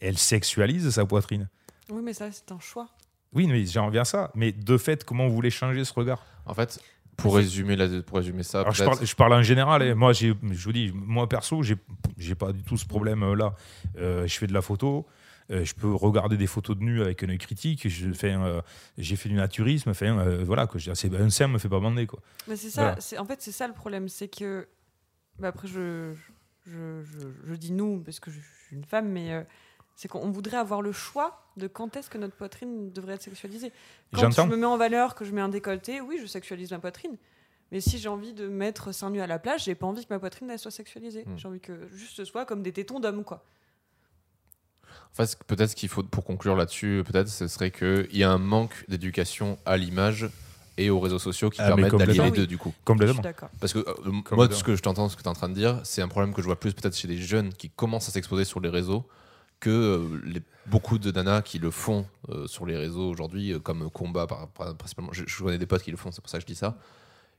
Elle sexualise sa poitrine. Oui, mais ça, c'est un choix. Oui, mais j'en reviens à ça. Mais de fait, comment vous voulez changer ce regard en fait pour, résumer la, pour résumer ça, Alors, je, peut-être- parle, je parle en général. hein. Moi, j'ai- je vous dis, moi perso, j'ai j'ai pas du tout ce problème-là. je fais de la photo. euh, je peux regarder des photos de nu avec un œil critique. je- enfin, euh, J'ai fait du naturisme. Enfin, euh, voilà, quoi. Je veux dire, c'est- un sein me fait pas bander. Quoi. Mais c'est ça, Voilà. c'est en fait c'est ça le problème, c'est que bah après je je, je- je- je dis nous parce que je suis une femme, mais euh, C'est qu'on voudrait avoir le choix de quand est-ce que notre poitrine devrait être sexualisée. Quand je J'entends. me mets en valeur, que je mets un décolleté, oui, je sexualise ma poitrine. Mais si j'ai envie de mettre seins nus à la plage, j'ai pas envie que ma poitrine elle soit sexualisée. Hmm. J'ai envie que juste ce soit comme des tétons d'homme, quoi. Enfin, ce que- peut-être ce qu'il faut, pour conclure là-dessus, peut-être, ce serait qu'il y a un manque d'éducation à l'image et aux réseaux sociaux qui Ah, mais permettent d'allier les complètement. deux, du coup. Je suis Complètement. d'accord. Parce que euh, moi, dedans. ce que je t'entends, ce que tu es en train de dire, c'est un problème que je vois plus peut-être chez les jeunes qui commencent à s'exposer sur les réseaux que euh, les, beaucoup de nanas qui le font euh, sur les réseaux aujourd'hui, euh, comme combat par, par- principalement. Je, je connais des potes qui le font, c'est pour ça que je dis ça,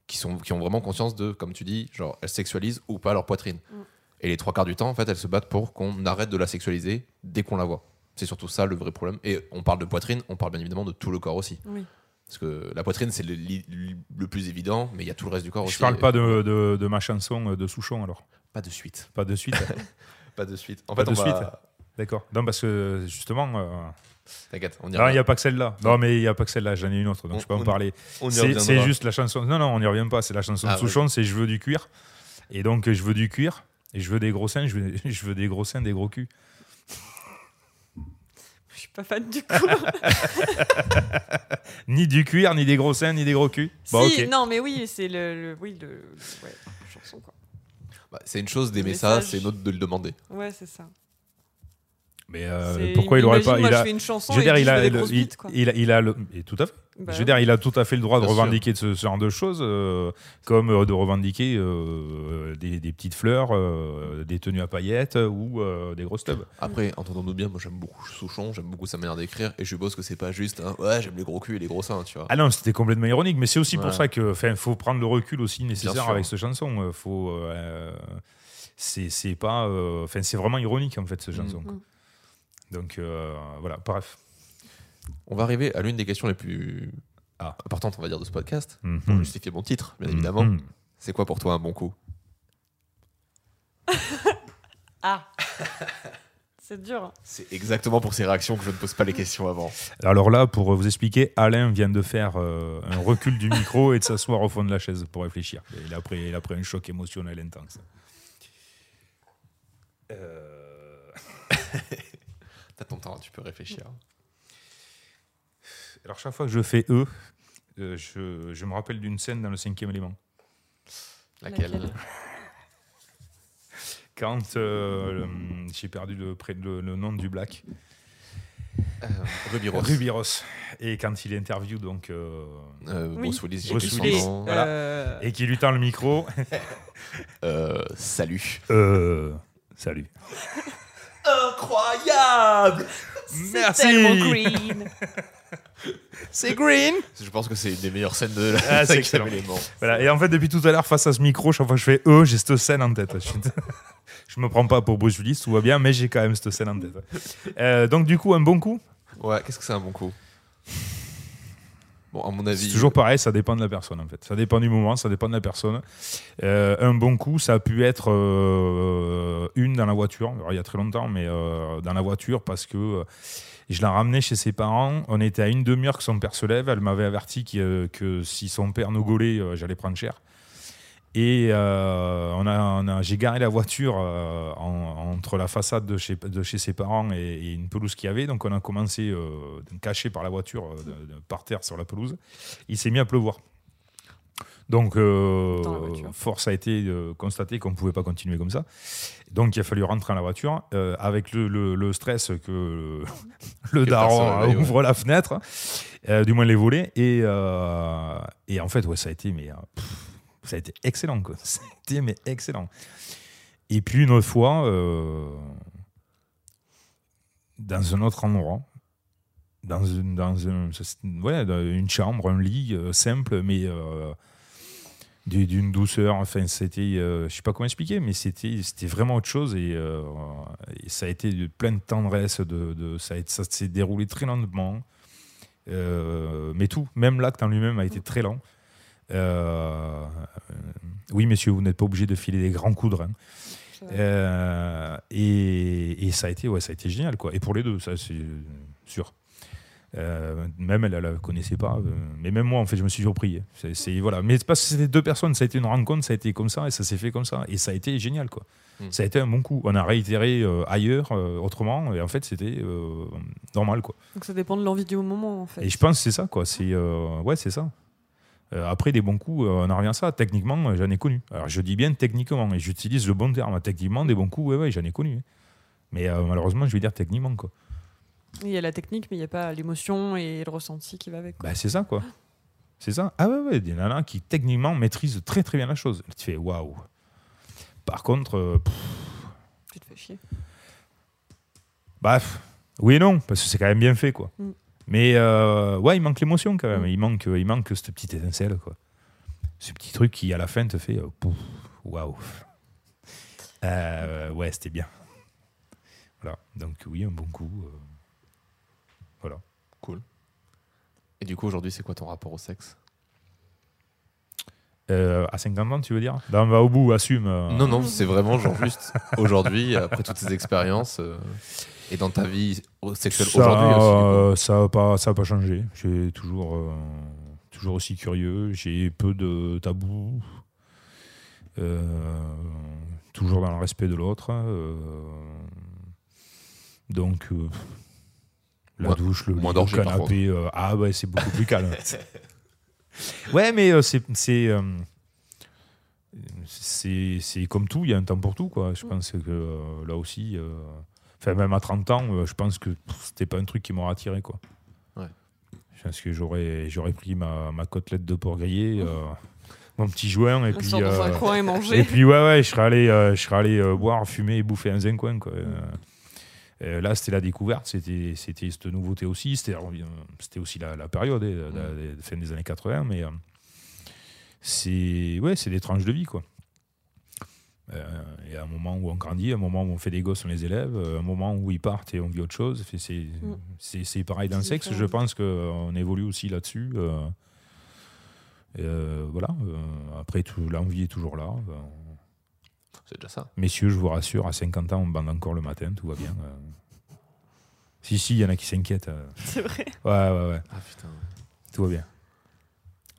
qui, sont, qui ont vraiment conscience de, comme tu dis, genre elles sexualisent ou pas leur poitrine. Mm. Et les trois quarts du temps, en fait, elles se battent pour qu'on arrête de la sexualiser dès qu'on la voit. C'est surtout ça le vrai problème. Et on parle de poitrine, on parle bien évidemment de tout le corps aussi. Oui. Parce que la poitrine, c'est le, le- le plus évident, mais il y a tout le reste du corps aussi. Je parle pas de, de- de ma chanson euh, de Souchon alors. Pas de suite. Pas de suite. Pas de suite. En Pas fait, de on va... D'accord. Non, parce que justement. euh, T'inquiète, on y non, il n'y revient. a pas que celle-là. Non, mais il n'y a pas que celle-là. J'en ai une autre, donc On- je peux en on- parler. On y C'est reviendra. c'est juste la chanson. Non, non, on n'y revient pas. C'est la chanson Ah, de ouais. Souchon, c'est Je veux du cuir. Et donc, euh, je veux du cuir. Et je veux des gros seins. Je veux, je veux des gros seins, des gros culs. Je suis pas fan du coup. Ni du cuir, ni des gros seins, ni des gros culs. Bon, si, Bah, ok. non, mais oui, c'est le, le- oui, le, ouais, la chanson, quoi. Bah, c'est une chose d'aimer Le ça, message. c'est une autre de le demander. Ouais, c'est ça. Mais euh, C'est- pourquoi il aurait imagine, pas. moi, il je a, fais une chanson je veux et dire, puis il je fais a, des le- grosses il, bites, quoi. il a, il a le- et tout à fait. Bah je veux ouais. dire, il a tout à fait le droit de Bien sûr. revendiquer de ce, ce genre de choses, euh, comme euh, de revendiquer euh, des, des petites fleurs, euh, des tenues à paillettes ou euh, des grosses tubs. Après, entendons-nous bien, moi j'aime beaucoup Souchon, j'aime beaucoup sa manière d'écrire, et je suppose que c'est pas juste, hein, ouais, j'aime les gros culs et les gros seins, tu vois. Ah non, c'était complètement ironique, mais c'est aussi Ouais. pour ça que, enfin, faut prendre le recul aussi Bien nécessaire sûr. avec cette chanson. Euh, Faut, euh, c'est c'est pas, euh, enfin, c'est vraiment ironique en fait cette chanson. quoi. Mm. Donc euh, voilà, bref. On va arriver à l'une des questions les plus Ah. importantes, on va dire, de ce podcast, Mhm. pour justifier mon titre, bien Mm-hmm. évidemment. Mhm. C'est quoi pour toi un bon coup Ah C'est dur. hein. C'est exactement pour ces réactions que je ne pose pas les questions avant. Alors là, pour vous expliquer, Alain vient de faire euh, un recul du micro et de s'asseoir au fond de la chaise pour réfléchir. Il a pris, il a pris un choc émotionnel intense. T'as ton temps, tu peux réfléchir. Alors chaque fois que je fais E, euh, je, je me rappelle d'une scène dans le cinquième élément. Laquelle, Laquelle Quand euh, le- j'ai perdu le, pré- le- le nom du black, Euh, Ruby Rose. Ruby Ross. Et quand il interview donc euh, Euh, Oui. Bruce Willis, j'ai Bruce plus son Et, Willis. nom. Voilà. euh, et qui lui tend le micro, Euh, salut. euh, salut. Incroyable c'est Merci. tellement green. C'est Green Je pense que c'est une des meilleures scènes de la Ah, c'est cinquième excellent. élément. Voilà. Et en fait, depuis tout à l'heure, face à ce micro, chaque fois que je fais E, j'ai cette scène en tête. Je, suis- je me prends pas pour Bruce Willis, tout va bien, mais j'ai quand même cette scène en tête. Euh, donc du coup, un bon coup. Ouais, qu'est-ce que c'est un bon coup Bon, à mon C'est avis, toujours pareil, ça dépend de la personne en fait. Ça dépend du moment, ça dépend de la personne. Euh, un bon coup, ça a pu être euh, une dans la voiture, alors, il y a très longtemps, mais euh, dans la voiture parce que euh, je la ramenais chez ses parents. On était à une demi-heure que son père se lève. Elle m'avait averti qu'il- euh, que si son père nous gaulait, euh, j'allais prendre cher. Et euh, on a, on a- j'ai garé la voiture euh, en- entre la façade de chez, de chez ses parents et, et une pelouse qu'il y avait. Donc on a commencé, euh, caché par la voiture, euh, de- de- par terre sur la pelouse il s'est mis à pleuvoir. Donc, euh, Dans la voiture. force a été de constater qu'on ne pouvait pas continuer comme ça. Donc, il a fallu rentrer dans la voiture euh, avec le, le- le stress que le, Que daron personne n'avait, ouais. ouvre la fenêtre, euh, du moins les volets. Et, euh, et en fait, ouais, ça a été, mais, euh, pff, ça a été excellent. Quoi. Ça a été, mais excellent. Et puis, une autre fois, euh, dans un autre endroit, dans une, dans un- ça, c'est- ouais, dans une chambre, un lit euh, simple, mais euh, du- d'une douceur. Enfin, c'était, euh, je sais pas comment expliquer, mais c'était, c'était vraiment autre chose et, euh, et ça a été de- plein de tendresse. De, de- ça, a été- ça s'est déroulé très lentement, Euh, mais tout, même l'acte en lui-même a été très lent. Euh, euh, oui, messieurs, vous n'êtes pas obligé de filer des grands hein. coups de rein. Euh, et, et ça a été, ouais, ça a été génial, quoi. Et pour les deux, ça c'est sûr. Euh, même elle, elle la connaissait pas. euh, mais même moi, en fait, je me suis surpris. C'est, c'est- voilà. Mais c'est parce que c'était deux personnes, ça a été une rencontre, ça a été comme ça, et ça s'est fait comme ça. Et ça a été génial, quoi. Mm. Ça a été un bon coup. On a réitéré euh, ailleurs, euh, autrement, et en fait, c'était euh, normal, quoi. Donc ça dépend de l'envie du moment en fait. Et je pense que c'est ça, quoi. C'est, euh, ouais, c'est ça. Euh, après, des bons coups, euh, on en revient à ça. Techniquement, euh, j'en ai connu. Alors, je dis bien techniquement, et j'utilise le bon terme. Techniquement, des bons coups, ouais, ouais, j'en ai connu. hein. Mais euh, malheureusement, je vais dire techniquement, quoi. Il y a la technique, mais il n'y a pas l'émotion et le ressenti qui va avec. quoi. Bah, c'est ça, quoi. C'est ça. Ah ouais, ouais, des nanas qui techniquement maîtrisent très très bien la chose. Tu fais waouh. Par contre, euh, pff, Tu te fais chier. bah, pff, oui et non, parce que c'est quand même bien fait, quoi. Mm. Mais euh, ouais, il manque l'émotion quand même. Mm. Il manque, il manque cette petite étincelle, quoi. Ce petit truc qui à la fin te fait euh, pouf, waouh. Euh, ouais, c'était bien. Voilà. Donc oui, un bon coup. euh, Et du coup, aujourd'hui, c'est quoi ton rapport au sexe euh, à 50 ans, tu veux dire Là, on va au bout, assume. euh. Non, non, c'est vraiment genre juste aujourd'hui, après toutes ces expériences, euh, et dans ta vie au- sexuelle aujourd'hui aussi. du coup. euh, Ça n'a pas, ça a pas changé. J'ai toujours, euh, toujours aussi curieux. J'ai peu de tabous. Euh, toujours dans le respect de l'autre. euh, donc, euh, la Moins- douche, le, moins lit, d'orgie, le par canapé. euh, ah ouais, c'est beaucoup plus calme. ouais, mais euh, c'est. c'est, euh, c'est c'est comme tout, il y a un temps pour tout. Quoi. Je Mm. pense que euh, là aussi, euh, enfin, même à 30 ans, euh, je pense que pff, c'était pas un truc qui m'aurait attiré. Quoi. Ouais. Je pense que j'aurais j'aurais pris ma, ma côtelette de porc grillé, euh, mon petit joint, et On puis, sort dans un euh, coin et et manger. puis ouais, ouais, je serais allé, euh, je serais allé euh, boire, fumer et bouffer un zincoin. Quoi. Euh, euh, là, c'était la découverte, c'était c'était cette nouveauté aussi. C'était alors, euh, c'était aussi la, la période, eh, la- la- la fin des années 80, mais euh, c'est ouais, c'est des tranches de vie. quoi. Euh, Il y a un moment où on grandit, un moment où on fait des gosses, on les élève, euh, un moment où ils partent et on vit autre chose. Fait, C'est c'est- c'est pareil dans le Mm. C'est sexe, je différent. pense qu'on évolue aussi là-dessus. euh, euh, voilà, euh, après, tout- l'envie est toujours là. Euh, C'est déjà ça. messieurs, je vous rassure, à 50 ans, on bande encore le matin, tout va bien. euh. Si, si, il y en a qui s'inquiètent. euh. C'est vrai. Ouais, ouais, ouais, Ah putain. tout va bien.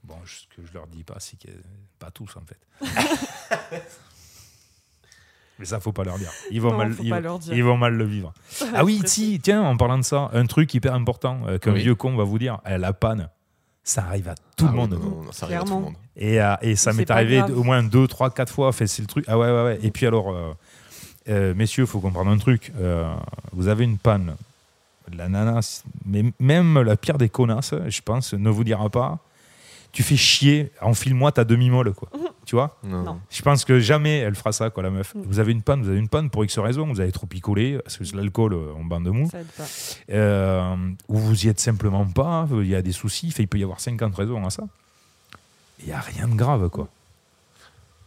Bon, ce que je leur dis pas, c'est que. Pas tous, en fait. Mais ça, faut pas leur dire. Ils vont Non, mal. faut ils pas vont- leur dire. ils vont mal le vivre. Ah oui, si, tiens, en parlant de ça, un truc hyper important euh, qu'un Oui. vieux con va vous dire, euh, la panne, ça arrive à tout Ah le oui, monde. non, non, non, ça arrive à tout le Clairement. monde. Et, euh, et ça C'est m'est pas arrivé grave. au moins deux, trois, quatre fois. Enfin, c'est le truc. Ah ouais, ouais, ouais. Et puis alors, euh, euh, messieurs, faut comprendre un truc. Euh, vous avez une panne. La nana, c- mais même la pire des connasses, je pense, ne vous dira pas. Tu fais chier, enfile-moi ta demi-molle, quoi. tu vois Non. Non. je pense que jamais elle fera ça, quoi, la meuf. Mm. Vous avez une panne, vous avez une panne pour X raison, vous avez trop picolé, parce que c'est l'alcool, euh, on bande de mou, Ça aide pas. Euh, ou vous y êtes simplement pas, il y a des soucis, fait, il peut y avoir 50 raisons à ça. Il n'y a rien de grave, quoi.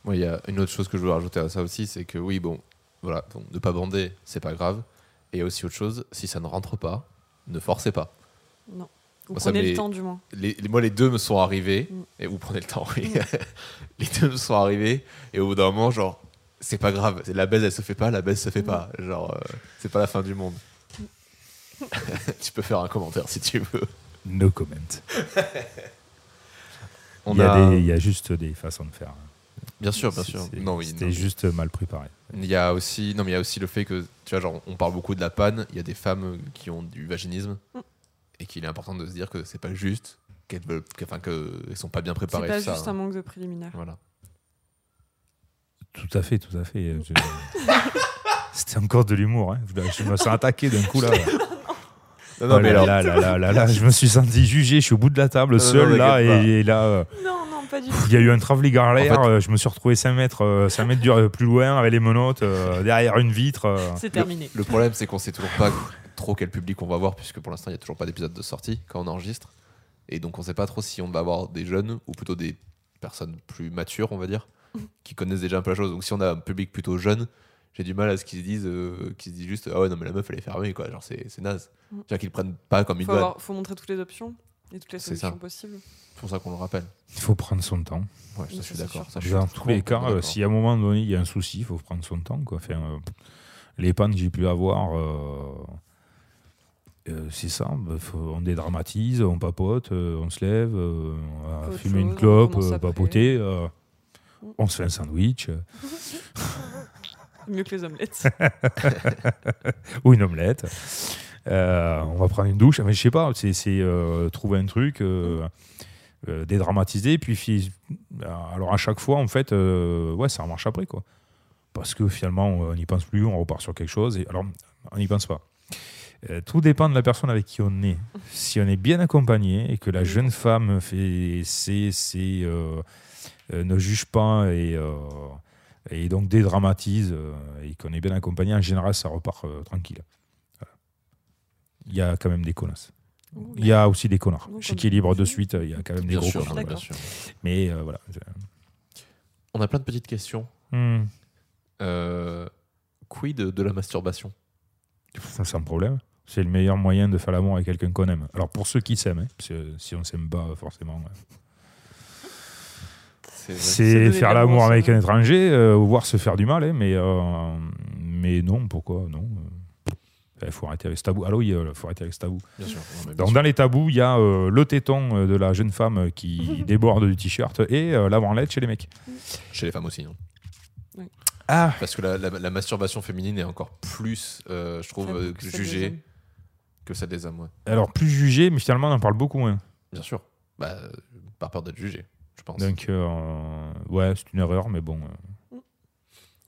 Moi, il y a une autre chose que je voulais rajouter à ça aussi, c'est que oui, bon, voilà, bon, ne pas bander, c'est pas grave. Et il y a aussi autre chose, si ça ne rentre pas, ne forcez pas. Non. Vous Moi, ça prenez m'est- le temps du moins. Les, les- moi, les deux me sont arrivés, Mm. et vous prenez le temps, oui. les deux me sont arrivés, et au bout d'un moment, genre, c'est pas grave, la baise, elle se fait pas, la baise se fait Mm. pas. Genre, euh, c'est pas la fin du monde. Mm. tu peux faire un commentaire si tu veux. No comment. On il, y a a- des- il y a juste des façons de faire. Bien sûr, bien C'est- sûr. c'est- Non, oui, C'était non. juste mal préparé. Il y a aussi, non, mais il y a aussi le fait que, tu vois, genre, on parle beaucoup de la panne. Il y a des femmes qui ont du vaginisme Mm. et qu'il est important de se dire que c'est pas juste, qu'elles veulent, qu'elles- enfin, qu'elles sont pas bien C'est préparées. pas tout ça, juste un hein. manque de préliminaire. Voilà. Tout à fait, tout à fait. Je- C'était encore de l'humour. hein. Je me sens attaqué d'un coup là. Non, Oh là, là, là, là, là, là, je me suis senti jugé, je suis au bout de la table, Non, seul non, là, t'inquiète et, et là, euh, Non, non, pas du tout. pff, il y a eu un travelling en l'air, En fait- euh, je me suis retrouvé 5 mètres, euh, 5 mètres du- euh, plus loin, avec les menottes, euh, derrière une vitre. euh. C'est terminé. Le problème, c'est qu'on sait toujours pas trop quel public on va voir, puisque pour l'instant, il y a toujours pas d'épisode de sortie quand on enregistre. Et donc, on sait pas trop si on va avoir des jeunes ou plutôt des personnes plus matures, on va dire, Mhm. qui connaissent déjà un peu la chose. Donc, si on a un public plutôt jeune, j'ai du mal à ce qu'ils se disent, euh, qu'ils se disent juste Ah ouais, non, mais la meuf, elle est fermée, quoi. Genre, c'est c'est naze. Mm. C'est-à-dire qu'ils le prennent pas comme une Faut, vanne. avoir- faut montrer toutes les options et toutes les C'est ça. solutions possibles. C'est pour ça qu'on le rappelle. Il faut prendre son temps. Ouais, ça, Oui, je ça, suis c'est d'accord. sûr. Ça, je suis Dans tous les cas, complètement euh, d'accord. si à un moment donné il y a un souci, il faut prendre son temps. Quoi. Enfin, euh, les pannes que j'ai pu avoir, euh, Euh, c'est ça, bah, faut- on dédramatise, on papote, euh, on se lève, euh, on Faut va autre fumer une chose, on clope, commence Mm. euh, à papoter, euh, on se fait un sandwich euh, Mieux que les omelettes. ou une omelette. Euh, on va prendre une douche, mais je sais pas, c'est c'est, euh, trouver un truc, euh, euh, dédramatiser, puis fi- euh, alors à chaque fois en fait, euh, ouais, ça marche après quoi, parce que finalement on n'y pense plus, on repart sur quelque chose, et alors on n'y pense pas. Euh, tout dépend de la personne avec qui on est. Si on est bien accompagné et que la jeune femme fait, c'est, c'est, euh, euh, ne juge pas et, euh, et donc dédramatise euh, et qu'on est bien accompagné, en général, ça repart euh, tranquille. Voilà. Il y a quand même des connasses. Il y a aussi des connards. Donc, Chez on- qui est libre de suite, il y a quand même des Bien gros sûr, connards. bien voilà. sûr. Mais euh, voilà. Je- On a plein de petites questions. Hmm. Euh, quid de la masturbation Ça, c'est un problème. C'est le meilleur moyen de faire l'amour avec quelqu'un qu'on aime. Alors pour ceux qui s'aiment, hein, parce que si on ne s'aime pas, forcément. euh, C'est vrai. donner C'est de faire l'amour, l'amour ça. avec un étranger, euh, voire se faire du mal, hein, mais, euh, mais non, pourquoi Non. euh, Il faut arrêter avec ce tabou. Allô, il euh, faut arrêter avec ce tabou. Bien sûr. Non, mais bien Donc, sûr. dans les tabous, il y a euh, le téton euh, de la jeune femme qui déborde du t-shirt et euh, la branlette chez les mecs. Chez les femmes aussi, hein. non Ah Parce que la, la- la masturbation féminine est encore plus, euh, je trouve, euh, jugée que celle des hommes. ouais. Alors, plus jugé, mais finalement, on en parle beaucoup hein. moins. Bien sûr. Bah, euh, par peur d'être jugé, je pense. Donc, euh, ouais, c'est une erreur, mais bon. euh,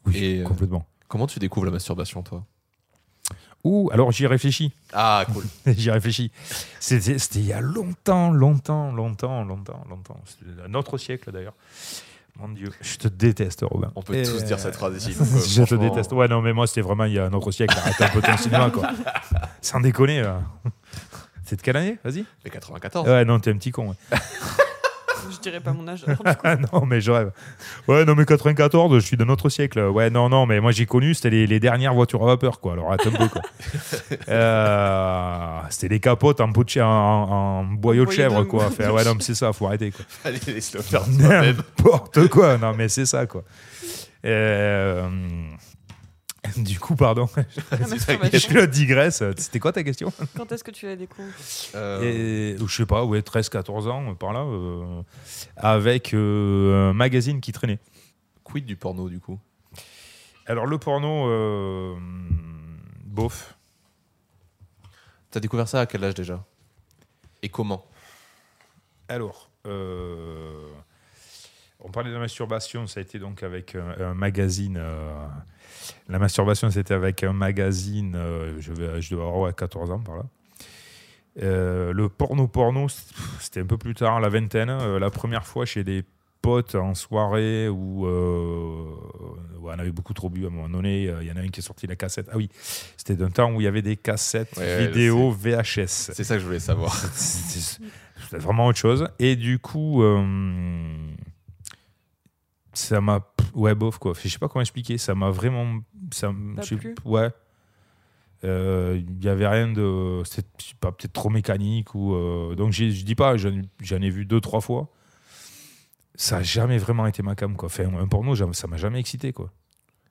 Oui, Et, euh, complètement. Comment tu découvres la masturbation, toi Ouh, alors j'y réfléchis. Ah, cool. J'y réfléchis. C'était c'était il y a longtemps, longtemps, longtemps, longtemps, longtemps. C'était à notre siècle d'ailleurs. Mon Dieu, je te déteste, Robin. On peut tous dire cette phrase ici. donc, euh, Je te franchement, déteste. Ouais, non, mais moi, c'était vraiment il y a un autre siècle. Arrête un peu ton cinéma, quoi. Sans déconner. là. C'est de quelle année Vas-y. Les Oh. 94. Ouais, non, t'es un petit con. ouais. Je dirais pas mon âge. alors, du coup. Ah non, mais je rêve. Ouais, non, mais 94, je suis d'un autre siècle. Ouais, non, non, mais moi, j'ai connu, c'était les, les dernières voitures à vapeur, quoi. Alors, arrête un peu, quoi. Euh, c'était les capotes en, peau de chèvre- en, en boyau de Boyau chèvre, de- quoi. Fait, ouais, non, mais c'est ça, faut arrêter, quoi. Allez, laisse-le faire toi-même. N'importe quoi. Non, mais c'est ça, quoi. Euh, du coup, pardon, La je masturbation. la digresse. C'était quoi ta question Quand est-ce que tu la découvres Euh, Et, Je sais pas, ouais, 13-14 ans, par là, euh, avec euh, un magazine qui traînait. Quid du porno, du coup Alors, le porno, euh, bof. T'as découvert ça à quel âge déjà Et comment Alors, euh, on parlait de la masturbation, ça a été donc avec un, un magazine. euh, la masturbation, c'était avec un magazine, euh, je, vais, je dois avoir ouais, 14 ans par là. Euh, le porno porno, c- pff, c'était un peu plus tard, la vingtaine, euh, la première fois chez des potes en soirée où euh, ouais, on avait beaucoup trop bu à un moment donné. euh, Il y en a un qui est sorti la cassette. Ah oui, c'était d'un temps où il y avait des cassettes Ouais, ouais, vidéo VHS. C'est ça que je voulais savoir. C'est- c'est- C'était vraiment autre chose. Et du coup, euh, ça m'a. Ouais, bof, quoi. Je sais pas comment expliquer. Ça m'a vraiment. Ça, m- Pas je sais- plu Ouais. Euh, Il y avait rien de. C'était je sais pas peut-être trop mécanique. ou euh, Donc, j'ai- je dis pas, j'en j'en ai vu deux, trois fois. Ça a jamais vraiment été ma cam, quoi. Enfin, un porno, jamais- ça m'a jamais excité, quoi.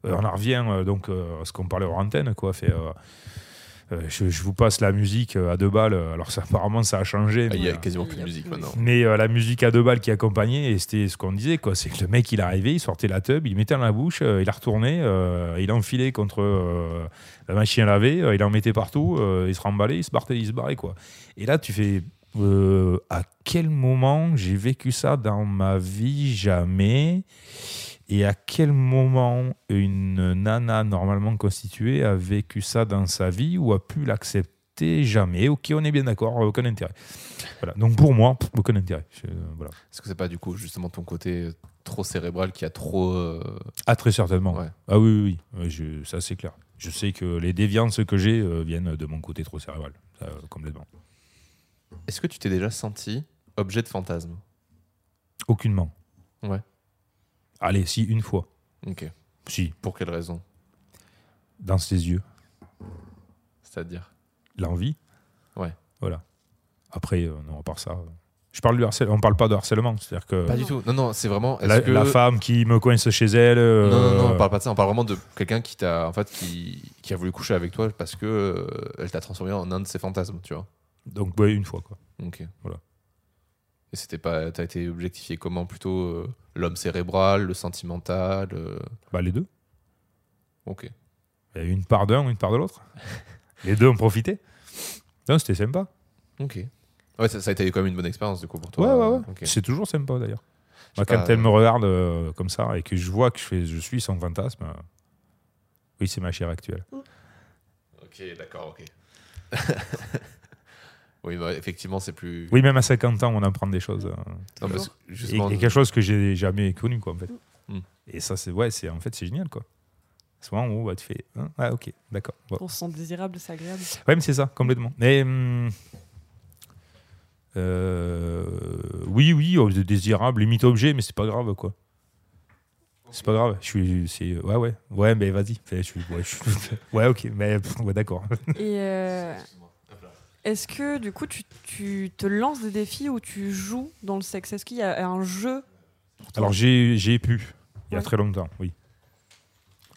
Euh, on en revient euh, donc euh, à ce qu'on parlait hors antenne, quoi. Fait, euh, euh, je, je vous passe la musique euh, à deux balles. Alors ça, apparemment, ça a changé. Ah, Il mais, y a euh, quasiment plus Il y de a musique plus de maintenant. mais, euh, la musique à deux balles qui accompagnait, et c'était ce qu'on disait, quoi. C'est que le mec, il arrivait, il sortait la tub, il mettait dans la bouche, euh, il la retournait, euh, il enfilait contre euh, la machine à laver, euh, il en mettait partout, euh, il se remballait, il se partait, il se barrait, quoi. Et là, tu fais. euh, à quel moment j'ai vécu ça dans ma vie Jamais. Et à quel moment une nana normalement constituée a vécu ça dans sa vie ou a pu l'accepter Jamais. Ok, on est bien d'accord, euh, aucun intérêt. Voilà. Donc pour moi, pff, aucun intérêt. Je- euh, voilà. Est-ce que c'est pas du coup justement ton côté euh, trop cérébral qui a trop. euh, Ah, très certainement. Ouais. Ah oui, oui, oui. Ouais, je- ça c'est clair. Je sais que les déviances que j'ai euh, viennent de mon côté trop cérébral. Ça, euh, complètement. Est-ce que tu t'es déjà senti objet de fantasme Aucunement. Ouais. Allez, si, une fois. Ok. Si, Pour quelle raison dans ses yeux, C'est-à-dire l'envie. Ouais. Voilà. Après, euh, non, à part ça, euh, Je parle du harcèlement, on parle pas de harcèlement, c'est-à-dire que Pas du tout. Non, non, c'est vraiment. est-ce Euh, la, que- la femme qui me coince chez elle. euh, Non, non, non, on parle pas de ça. On parle vraiment de quelqu'un qui t'a, en fait, qui, qui a voulu coucher avec toi parce que euh, elle t'a transformé en un de ses fantasmes, tu vois. Donc ouais, une fois quoi. Ok. Voilà. Et c'était pas, t'as été objectifié comment plutôt euh, l'homme cérébral, le sentimental. euh, Bah les deux. Ok. Il y a une part d'un, une part de l'autre. les deux ont profité. Non, c'était sympa. Ok. Ouais, ça, ça a été quand même une bonne expérience du coup pour Ouais, toi. ouais, ouais. Ok. C'est toujours sympa d'ailleurs. Je Moi, sais quand pas, elle me regarde euh, comme ça et que je vois que je, fais- je suis son fantasme, euh, oui, c'est ma chère actuelle. Ok, d'accord, ok. oui, bah, effectivement, c'est plus. Oui, même à 50 ans, on apprend des choses. euh, Non, parce que et, justement, et quelque chose que j'ai jamais connu, quoi, en fait. Mm. Et ça, c'est ouais, c'est en fait, c'est génial, quoi. C'est moment où bah, tu fais, hein, ah, ok, d'accord. Bon. On se sent désirable, c'est agréable. Ouais, mais c'est ça, complètement. Mais hum, euh, oui, oui, oh, désirable, limite objet, mais c'est pas grave, quoi. C'est pas grave. Je suis, c'est ouais, ouais, ouais, mais vas-y. Fait, je suis- ouais, je suis- ouais, ok, mais pff, ouais, d'accord. Et euh, est-ce que du coup tu, tu te lances des défis où tu joues dans le sexe Est-ce qu'il y a un jeu Alors j'ai, j'ai pu il y a Ouais. très longtemps, oui.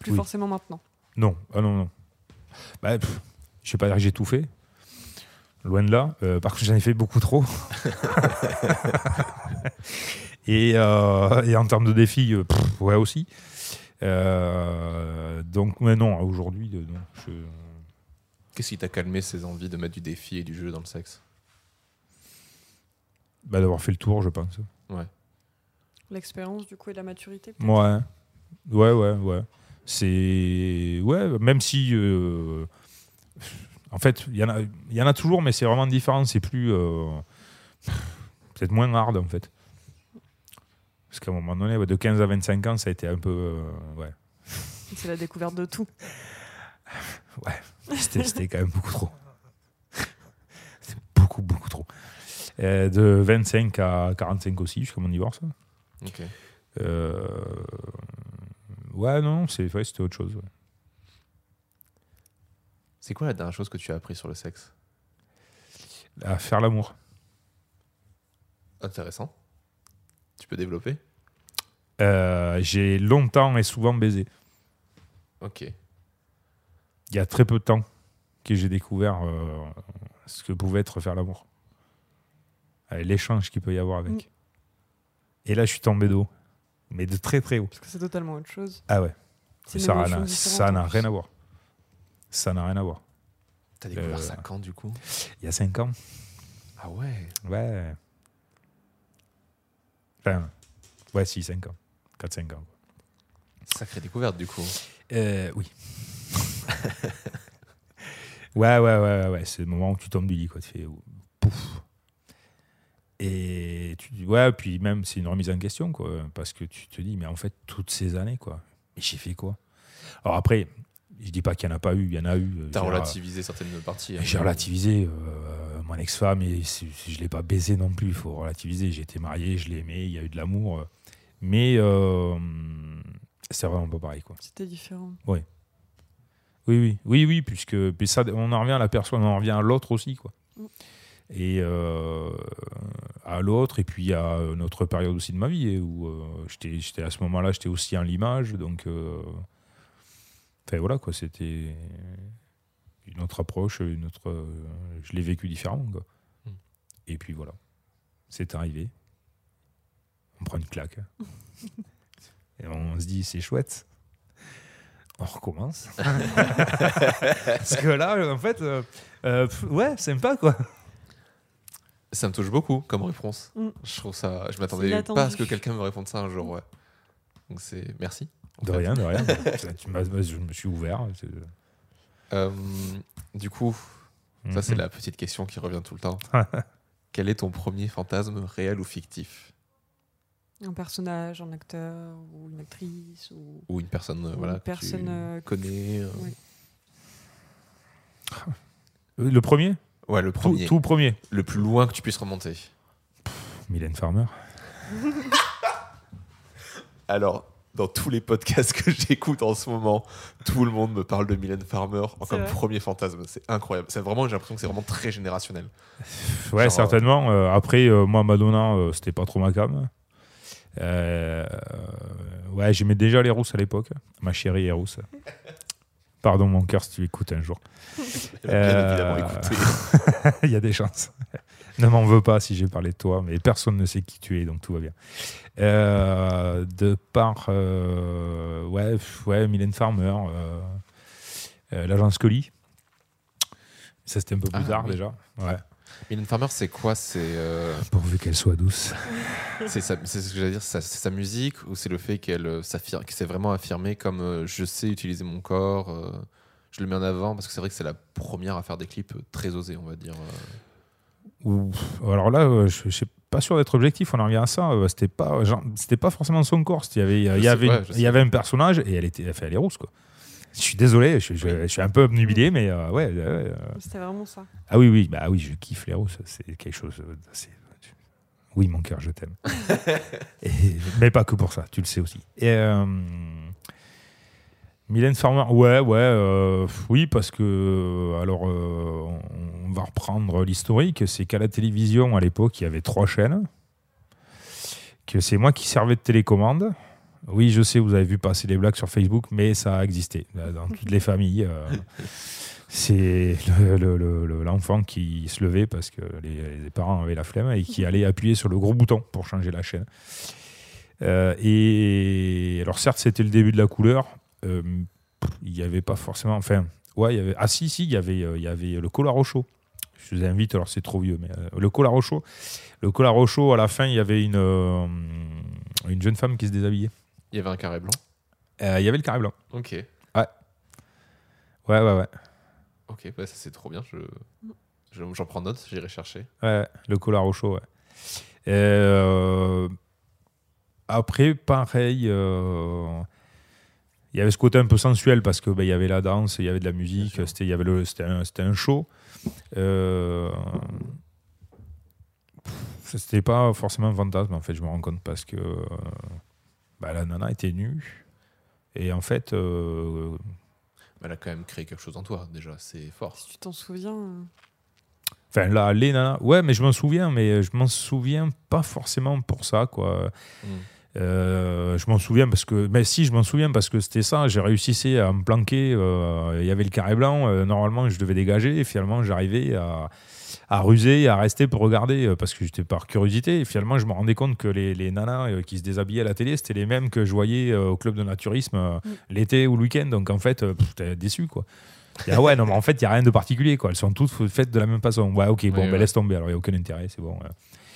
plus Oui. forcément maintenant Non, ah non, non. Bah, pff, je sais pas dire que j'ai tout fait. Loin de là. Euh, par contre, j'en ai fait beaucoup trop. et, euh, et en termes de défis, euh, pff, ouais aussi. Euh, donc, mais non, aujourd'hui, euh, non, je- qu'est-ce qui t'a calmé ces envies de mettre du défi et du jeu dans le sexe bah, d'avoir fait le tour, je pense. L'expérience du coup et la maturité peut-être Ouais, ouais, ouais, ouais. C'est ouais, même si euh, en fait il y en a, il y en a toujours, mais c'est vraiment différent. C'est plus euh, peut-être moins hard en fait. Parce qu'à un moment donné, ouais, de 15 à 25 ans, ça a été un peu euh, ouais, C'est la découverte de tout. c'était c'était quand même beaucoup trop. C'est beaucoup beaucoup trop. Euh, de 25 à 45 aussi, jusqu'à mon divorce. Ok. Euh, ouais, non, c'est ouais, c'était autre chose. ouais. C'est quoi la dernière chose que tu as appris sur le sexe À faire l'amour. Intéressant. Tu peux développer Euh, j'ai longtemps et souvent baisé. Ok. Il y a très peu de temps que j'ai découvert euh, ce que pouvait être faire l'amour. Euh, L'échange qu'il peut y avoir avec. Mm. Et là, je suis tombé d'eau. Mais de très très haut. Parce que c'est totalement autre chose. Ah ouais, C'est une ça émotion n'a- différente, ça en n'a plus. rien à voir. Ça n'a rien à voir. T'as découvert Euh, ça quand du coup Il y a 5 ans. Ah ouais. Ouais. Enfin, ouais, si, 5 ans. 4-5 ans. Sacrée découverte du coup. Euh, oui. ouais, ouais, ouais, ouais, ouais. C'est le moment où tu tombes du lit, quoi. Tu fais pouf. Et tu dis, ouais, puis même, c'est une remise en question, quoi. Parce que tu te dis, mais en fait, toutes ces années, quoi. Mais j'ai fait quoi Alors après, je dis pas qu'il n'y en a pas eu, il y en a eu. euh, T'as j'ai- relativisé certaines parties. hein. J'ai relativisé. euh, mon ex-femme, et c'est- je ne l'ai pas baisé non plus, il faut relativiser. J'étais marié, je l'ai aimé, il y a eu de l'amour. euh. Mais euh, c'est vraiment pas pareil, quoi. C'était différent. Oui, oui, oui, oui, puisque mais ça, on en revient à la personne, on en revient à l'autre aussi, quoi. Mm. Et euh, à l'autre, et puis à notre période aussi de ma vie, et où euh, j'étais, j'étais à ce moment-là, j'étais aussi en l'image, donc. euh, Enfin voilà, quoi, c'était une autre approche, une autre. euh, je l'ai vécu différemment, quoi. Mm. Et puis voilà, c'est arrivé. On prend une claque. et on se dit, c'est chouette. On recommence. Parce que là, en fait, euh, euh, pff, ouais, sympa quoi. Ça me touche beaucoup comme réponse. Mm. Je trouve ça. Je C'est m'attendais inattendu. pas à ce que quelqu'un me réponde ça un jour. Ouais. Donc c'est merci. en De fait. rien, de rien. Ça, tu m'as- je me suis ouvert. c'est- Euh, du coup, ça Mhm. c'est la petite question qui revient tout le temps. Quel est ton premier fantasme réel ou fictif Un personnage, un acteur ou une actrice ou ou une personne euh, Ou voilà une que personne, tu euh, connais euh, ouais. Euh, Le premier, ouais le tout, premier tout premier. le plus loin que tu puisses remonter Mylène Farmer. alors dans tous les podcasts que j'écoute en ce moment, tout le monde me parle de Mylène Farmer en C'est comme vrai. premier fantasme. C'est incroyable. C'est vraiment, j'ai l'impression que c'est vraiment très générationnel. Ouais, Genre, certainement. Euh, après, euh, moi, Madonna, euh, c'était pas trop ma cam. Euh, euh, ouais, j'aimais déjà les rousses à l'époque. Ma chérie est rousse. Pardon, mon cœur, si tu l'écoutes un jour. Elle a Euh, Bien évidemment, écouté. Il y a des chances. ne m'en veux pas si j'ai parlé de toi, mais personne ne sait qui tu es, donc tout va bien. Euh, de par. euh, ouais, pff, ouais, Mylène Farmer, euh, euh, l'agence Scully. Ça, c'était un peu plus Ah, tard oui. déjà. Ouais. Mylène Farmer, c'est quoi C'est euh, Pourvu qu'elle soit douce. c'est sa- c'est ce que j'allais dire. sa- C'est sa musique ou c'est le fait qu'elle euh, s'affirme- qu'elle s'est vraiment affirmée comme euh, je sais utiliser mon corps. euh, je le mets en avant parce que c'est vrai que c'est la première à faire des clips euh, très osés, on va dire. euh. Ou- pff, alors là, euh, je, je suis pas sûr d'être objectif. On en revient à ça. euh, C'était pas, genre, c'était pas forcément son corps. c'était- Il y avait, euh, il y sais, avait, ouais, une- je il y sais. avait un personnage et elle était, elle fait, elle est rousse quoi. Je suis désolé, je, je- je suis un peu obnubilé, mais euh, ouais, ouais, ouais, euh, C'était vraiment ça. ah oui, oui, bah oui, je kiffe les rousses. C'est quelque chose. euh, d'assez- Oui, mon cœur, je t'aime. Et- mais pas que pour ça. Tu le sais aussi. Et, euh, Mylène Farmer, ouais, ouais, euh, oui, parce que, alors, euh, on, on va reprendre l'historique, c'est qu'à la télévision, à l'époque, il y avait trois chaînes, que c'est moi qui servais de télécommande. Oui, je sais, vous avez vu passer des blagues sur Facebook, mais ça a existé euh, dans toutes les familles. euh, c'est le- le- le- le- l'enfant qui se levait parce que les, les parents avaient la flemme et qui allait appuyer sur le gros bouton pour changer la chaîne. Euh, et alors certes, c'était le début de la couleur. euh, pff, Il n'y avait pas forcément. Enfin, ouais, il y avait. Ah si, si, il y avait, euh, il y avait le collar au chaud. Je vous invite, alors c'est trop vieux, mais euh, le collar au chaud. Le collar au chaud, à la fin, il y avait une, euh, une jeune femme qui se déshabillait. Il y avait un carré blanc. Euh, il y avait le carré blanc. Ok, Ouais, ouais, ouais. ok, ouais, ça c'est trop bien. Je je- j'en prends note. J'irai chercher. Ouais, le collar au chaud, ouais. Euh, après, pareil, euh, il y avait ce côté un peu sensuel parce que bah, il y avait la danse, il y avait de la musique, Bien sûr. c'était il y avait le- c'était un, c'était un show. Euh, pff, c'était pas forcément un fantasme, en fait, je me rends compte, parce que euh, bah, la nana était nue. Et en fait, euh, Elle a quand même créé quelque chose en toi déjà. C'est fort. Si tu t'en souviens. euh, Enfin, là, les nanas. Ouais, mais je m'en souviens, mais je m'en souviens pas forcément pour ça, quoi. Mm. Euh, je m'en souviens parce que. Mais si, je m'en souviens parce que c'était ça. J'ai réussi à me planquer. euh, Il y avait le carré blanc. euh, normalement, je devais dégager. Et finalement, j'arrivais à, à ruser, à rester pour regarder euh, parce que j'étais par curiosité. Et finalement, je me rendais compte que les, les nanas euh, qui se déshabillaient à la télé, c'était les mêmes que je voyais euh, au club de naturisme euh, Mm. l'été ou le week-end. Donc, en fait, euh, pff, t'es déçu, quoi. Et, ah ouais, non, mais en fait, il n'y a rien de particulier, quoi. Elles sont toutes faites de la même façon. Ouais, ok, bon, Oui, ben, ouais. laisse tomber, alors il n'y a aucun intérêt, c'est bon. ouais.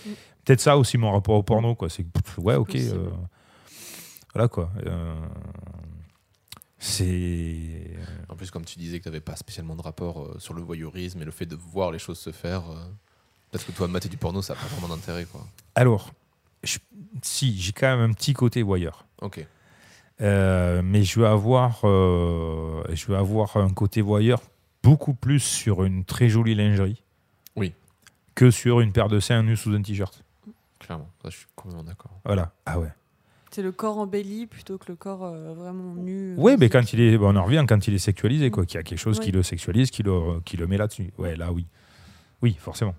Mm. Peut-être ça aussi mon rapport au porno, quoi. C'est que, pff, ouais, ok. possible. euh, voilà, quoi. Euh, c'est. En plus, comme tu disais que tu n'avais pas spécialement de rapport euh, sur le voyeurisme et le fait de voir les choses se faire, euh, peut-être que toi, mater du porno, ça n'a pas vraiment d'intérêt. quoi. Alors, je- si, j'ai quand même un petit côté voyeur. Ok. Euh, mais je veux avoir, euh, je veux avoir un côté voyeur beaucoup plus sur une très jolie lingerie. Oui. Que sur une paire de seins nus sous un t-shirt. Clairement, ça, je suis complètement d'accord. Voilà. Ah ouais. C'est le corps embelli plutôt que le corps euh, vraiment nu. euh, Oui, mais quand il est, on en revient quand il est sexualisé, quoi, qu'il y a quelque chose qui Oui. le sexualise, qui le, qui le met là-dessus. Ouais, là, oui. Oui, forcément.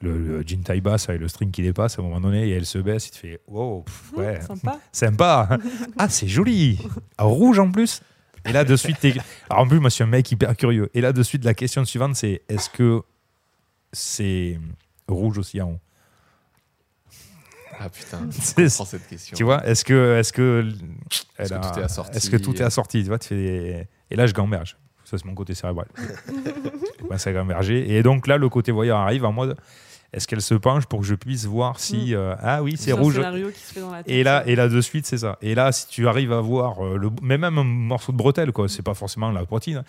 Le, le jean taille basse avec le string qui dépasse, à un moment donné, et elle se baisse, il te fait Wow, pff, hum, ouais, Sympa. sympa. ah, c'est joli. En rouge en plus. Et là, de suite, t'es- Alors, en plus, moi, je suis un mec hyper curieux. Et là, de suite, la question suivante, c'est est-ce que c'est rouge aussi en haut Ah putain, C'est- prends cette question. tu vois, est-ce que, est-ce que, Est-ce elle que a- tout est assorti Est-ce que tout est assorti Tu vois, tu fais des- Et là, je gamberge. Ça, c'est mon côté cérébral. je commence à gamberger. Et donc là, le côté voyeur arrive en mode est-ce qu'elle se penche pour que je puisse voir si. euh, ah oui, c'est un rouge. scénario qui se fait dans Hmm. la tête. Et là, et là, de suite, c'est ça. Et là, si tu arrives à voir euh, le, mais même un morceau de bretelle, quoi, c'est pas forcément la poitrine, hein.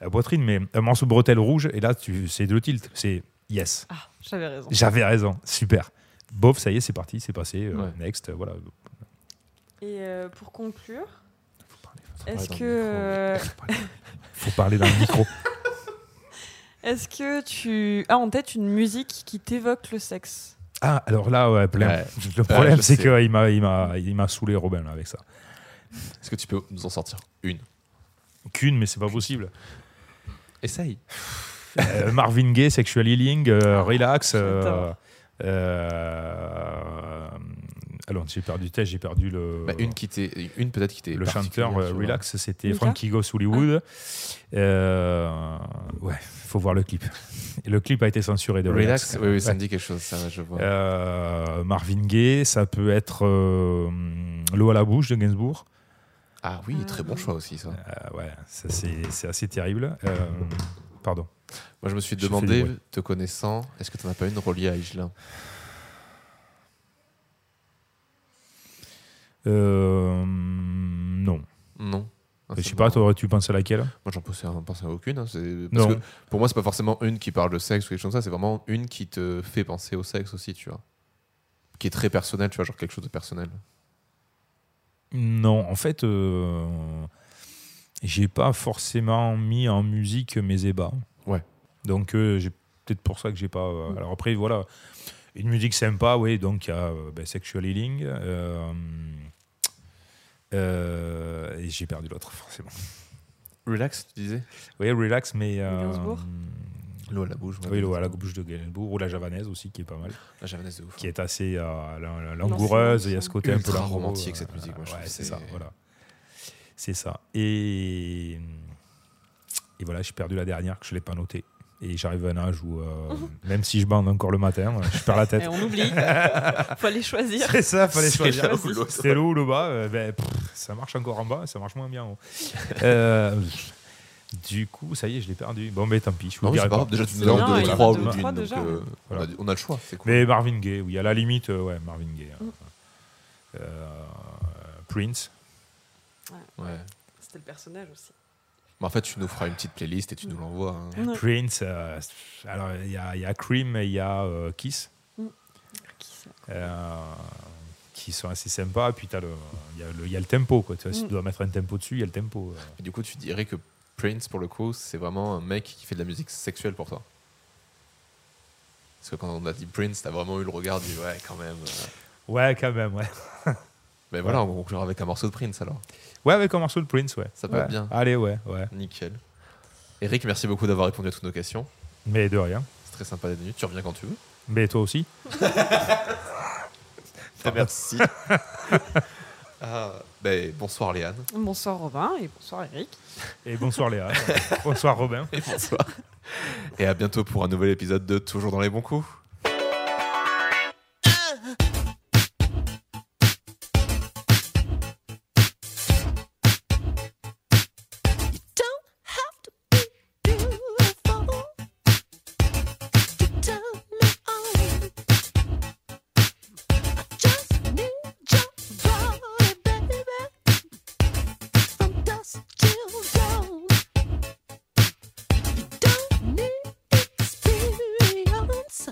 la poitrine, mais un morceau de bretelle rouge, et là, tu, c'est le tilt. C'est yes. Ah, j'avais raison. J'avais raison. Super. Bof, ça y est, c'est parti, c'est passé. euh, Ouais. Next, euh, voilà. Et euh, pour conclure, Faut parler dans le est-ce que, micro, oui. euh, Faut parler dans le micro. euh, est-ce que tu as en tête une musique qui t'évoque le sexe Ah, alors là, ouais, plein. Ouais. le problème, je c'est sais. qu'il m'a, il m'a, il m'a saoulé Robin là, avec ça. Est-ce que tu peux nous en sortir une Qu'une, mais c'est pas possible. Essaye. Euh, Marvin Gaye, Sexual Healing, Ah, euh, Relax. euh, j'adore. euh, alors, j'ai perdu, t'as, j'ai perdu le. Bah, une qui t'est- une peut-être qui t'est. Euh, le chanteur particulière, euh, tu vois. Relax, c'était Mika Frankie Goes Hollywood. Euh, ouais, faut voir le clip. Et le clip a été censuré de Relax. Relax, oui, oui, ça Ouais. me dit quelque chose, ça, je vois. Euh, Marvin Gaye, ça peut être euh, L'eau à la bouche de Gainsbourg. ah oui, très bon choix aussi, ça. Euh, ouais, ça, c'est c'est assez terrible. Euh, pardon. Moi, je me suis Je fais demandé, du bruit. te connaissant, est-ce que t'en as pas une reliée à Igelin Euh, non. Non. Ah, Je ça sais me- pas, t'aurais-tu pensé à laquelle Moi, j'en pensais, j'en pensais à aucune. hein, c'est- Parce Non. que pour moi, c'est pas forcément une qui parle de sexe ou quelque chose comme ça, c'est vraiment une qui te fait penser au sexe aussi, tu vois. Qui est très personnelle, tu vois, genre quelque chose de personnel. Non, en fait, euh, j'ai pas forcément mis en musique mes ébats. Ouais. Donc, euh, j'ai peut-être pour ça que j'ai pas. euh, alors après, voilà, une musique sympa, oui. Donc il y a euh, ben, Sexual Healing. euh, euh, et j'ai perdu l'autre, forcément. Relax, tu disais Oui, Relax, mais. euh, Gainsbourg L'eau à la bouche. Ah, oui, le- à la bouche de Gainsbourg ou la javanaise aussi, qui est pas mal, La javanaise de ouf. hein. qui est assez euh, la- la- langoureuse. Il y a ce côté un peu Ultra langoureux, romantique, euh, cette musique, moi, je ouais, trouve que c'est c'est- ça. Voilà, c'est ça. Et et voilà, j'ai perdu la dernière que je l'ai pas notée. Et j'arrive à un âge où, euh, même si je bande encore le matin, euh, je perds la tête. Et on oublie. Faut aller choisir. C'est ça, fallait C'est choisir. là ou l'autre. C'était le haut ou le bas. euh, ben, pff, ça marche encore en bas, ça marche moins bien en haut. Euh, du coup, ça y est, je l'ai perdu. Bon, mais tant pis, je vous Non, le mais c'est dirai pas pas. grave, déjà, tu nous Non, en donnes il y en a trois deux, ou d'une. trois donc, déjà. euh, on, Voilà. a, on a le choix, c'est cool. Mais Marvin Gaye, oui, à la limite, euh, ouais, Marvin Gaye. hein. Mm. Euh, Prince. Ouais. C'était le personnage aussi. Mais en fait, tu nous feras une petite playlist et tu Mm. nous l'envoies. hein. Prince, euh, alors il y a, il y a Cream et il y a euh, Kiss, euh, qui sont assez sympas. Puis t'as le- il y, a le- il y a le tempo, quoi. Tu vois, Si Mm. tu dois mettre un tempo dessus, il y a le tempo. euh. Et du coup, tu dirais que Prince, pour le coup, c'est vraiment un mec qui fait de la musique sexuelle pour toi. Parce que quand on a dit Prince, t'as vraiment eu le regard du ouais, quand même. euh. Ouais, quand même, ouais. Mais voilà, on conclura avec un morceau de Prince alors. Ouais, avec un morceau de Prince, ouais. Ça peut être Ouais. bien. Allez, ouais, ouais. Nickel. Eric, merci beaucoup d'avoir répondu à toutes nos questions. Mais de rien. C'est très sympa d'être venu. Tu reviens quand tu veux. Mais toi aussi. Eh Merci. ben, bonsoir Léane. Bonsoir Robin et bonsoir Eric. Et bonsoir Léa. bonsoir Robin. Et bonsoir. Et à bientôt pour un nouvel épisode de Toujours dans les bons coups. Experience.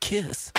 kiss.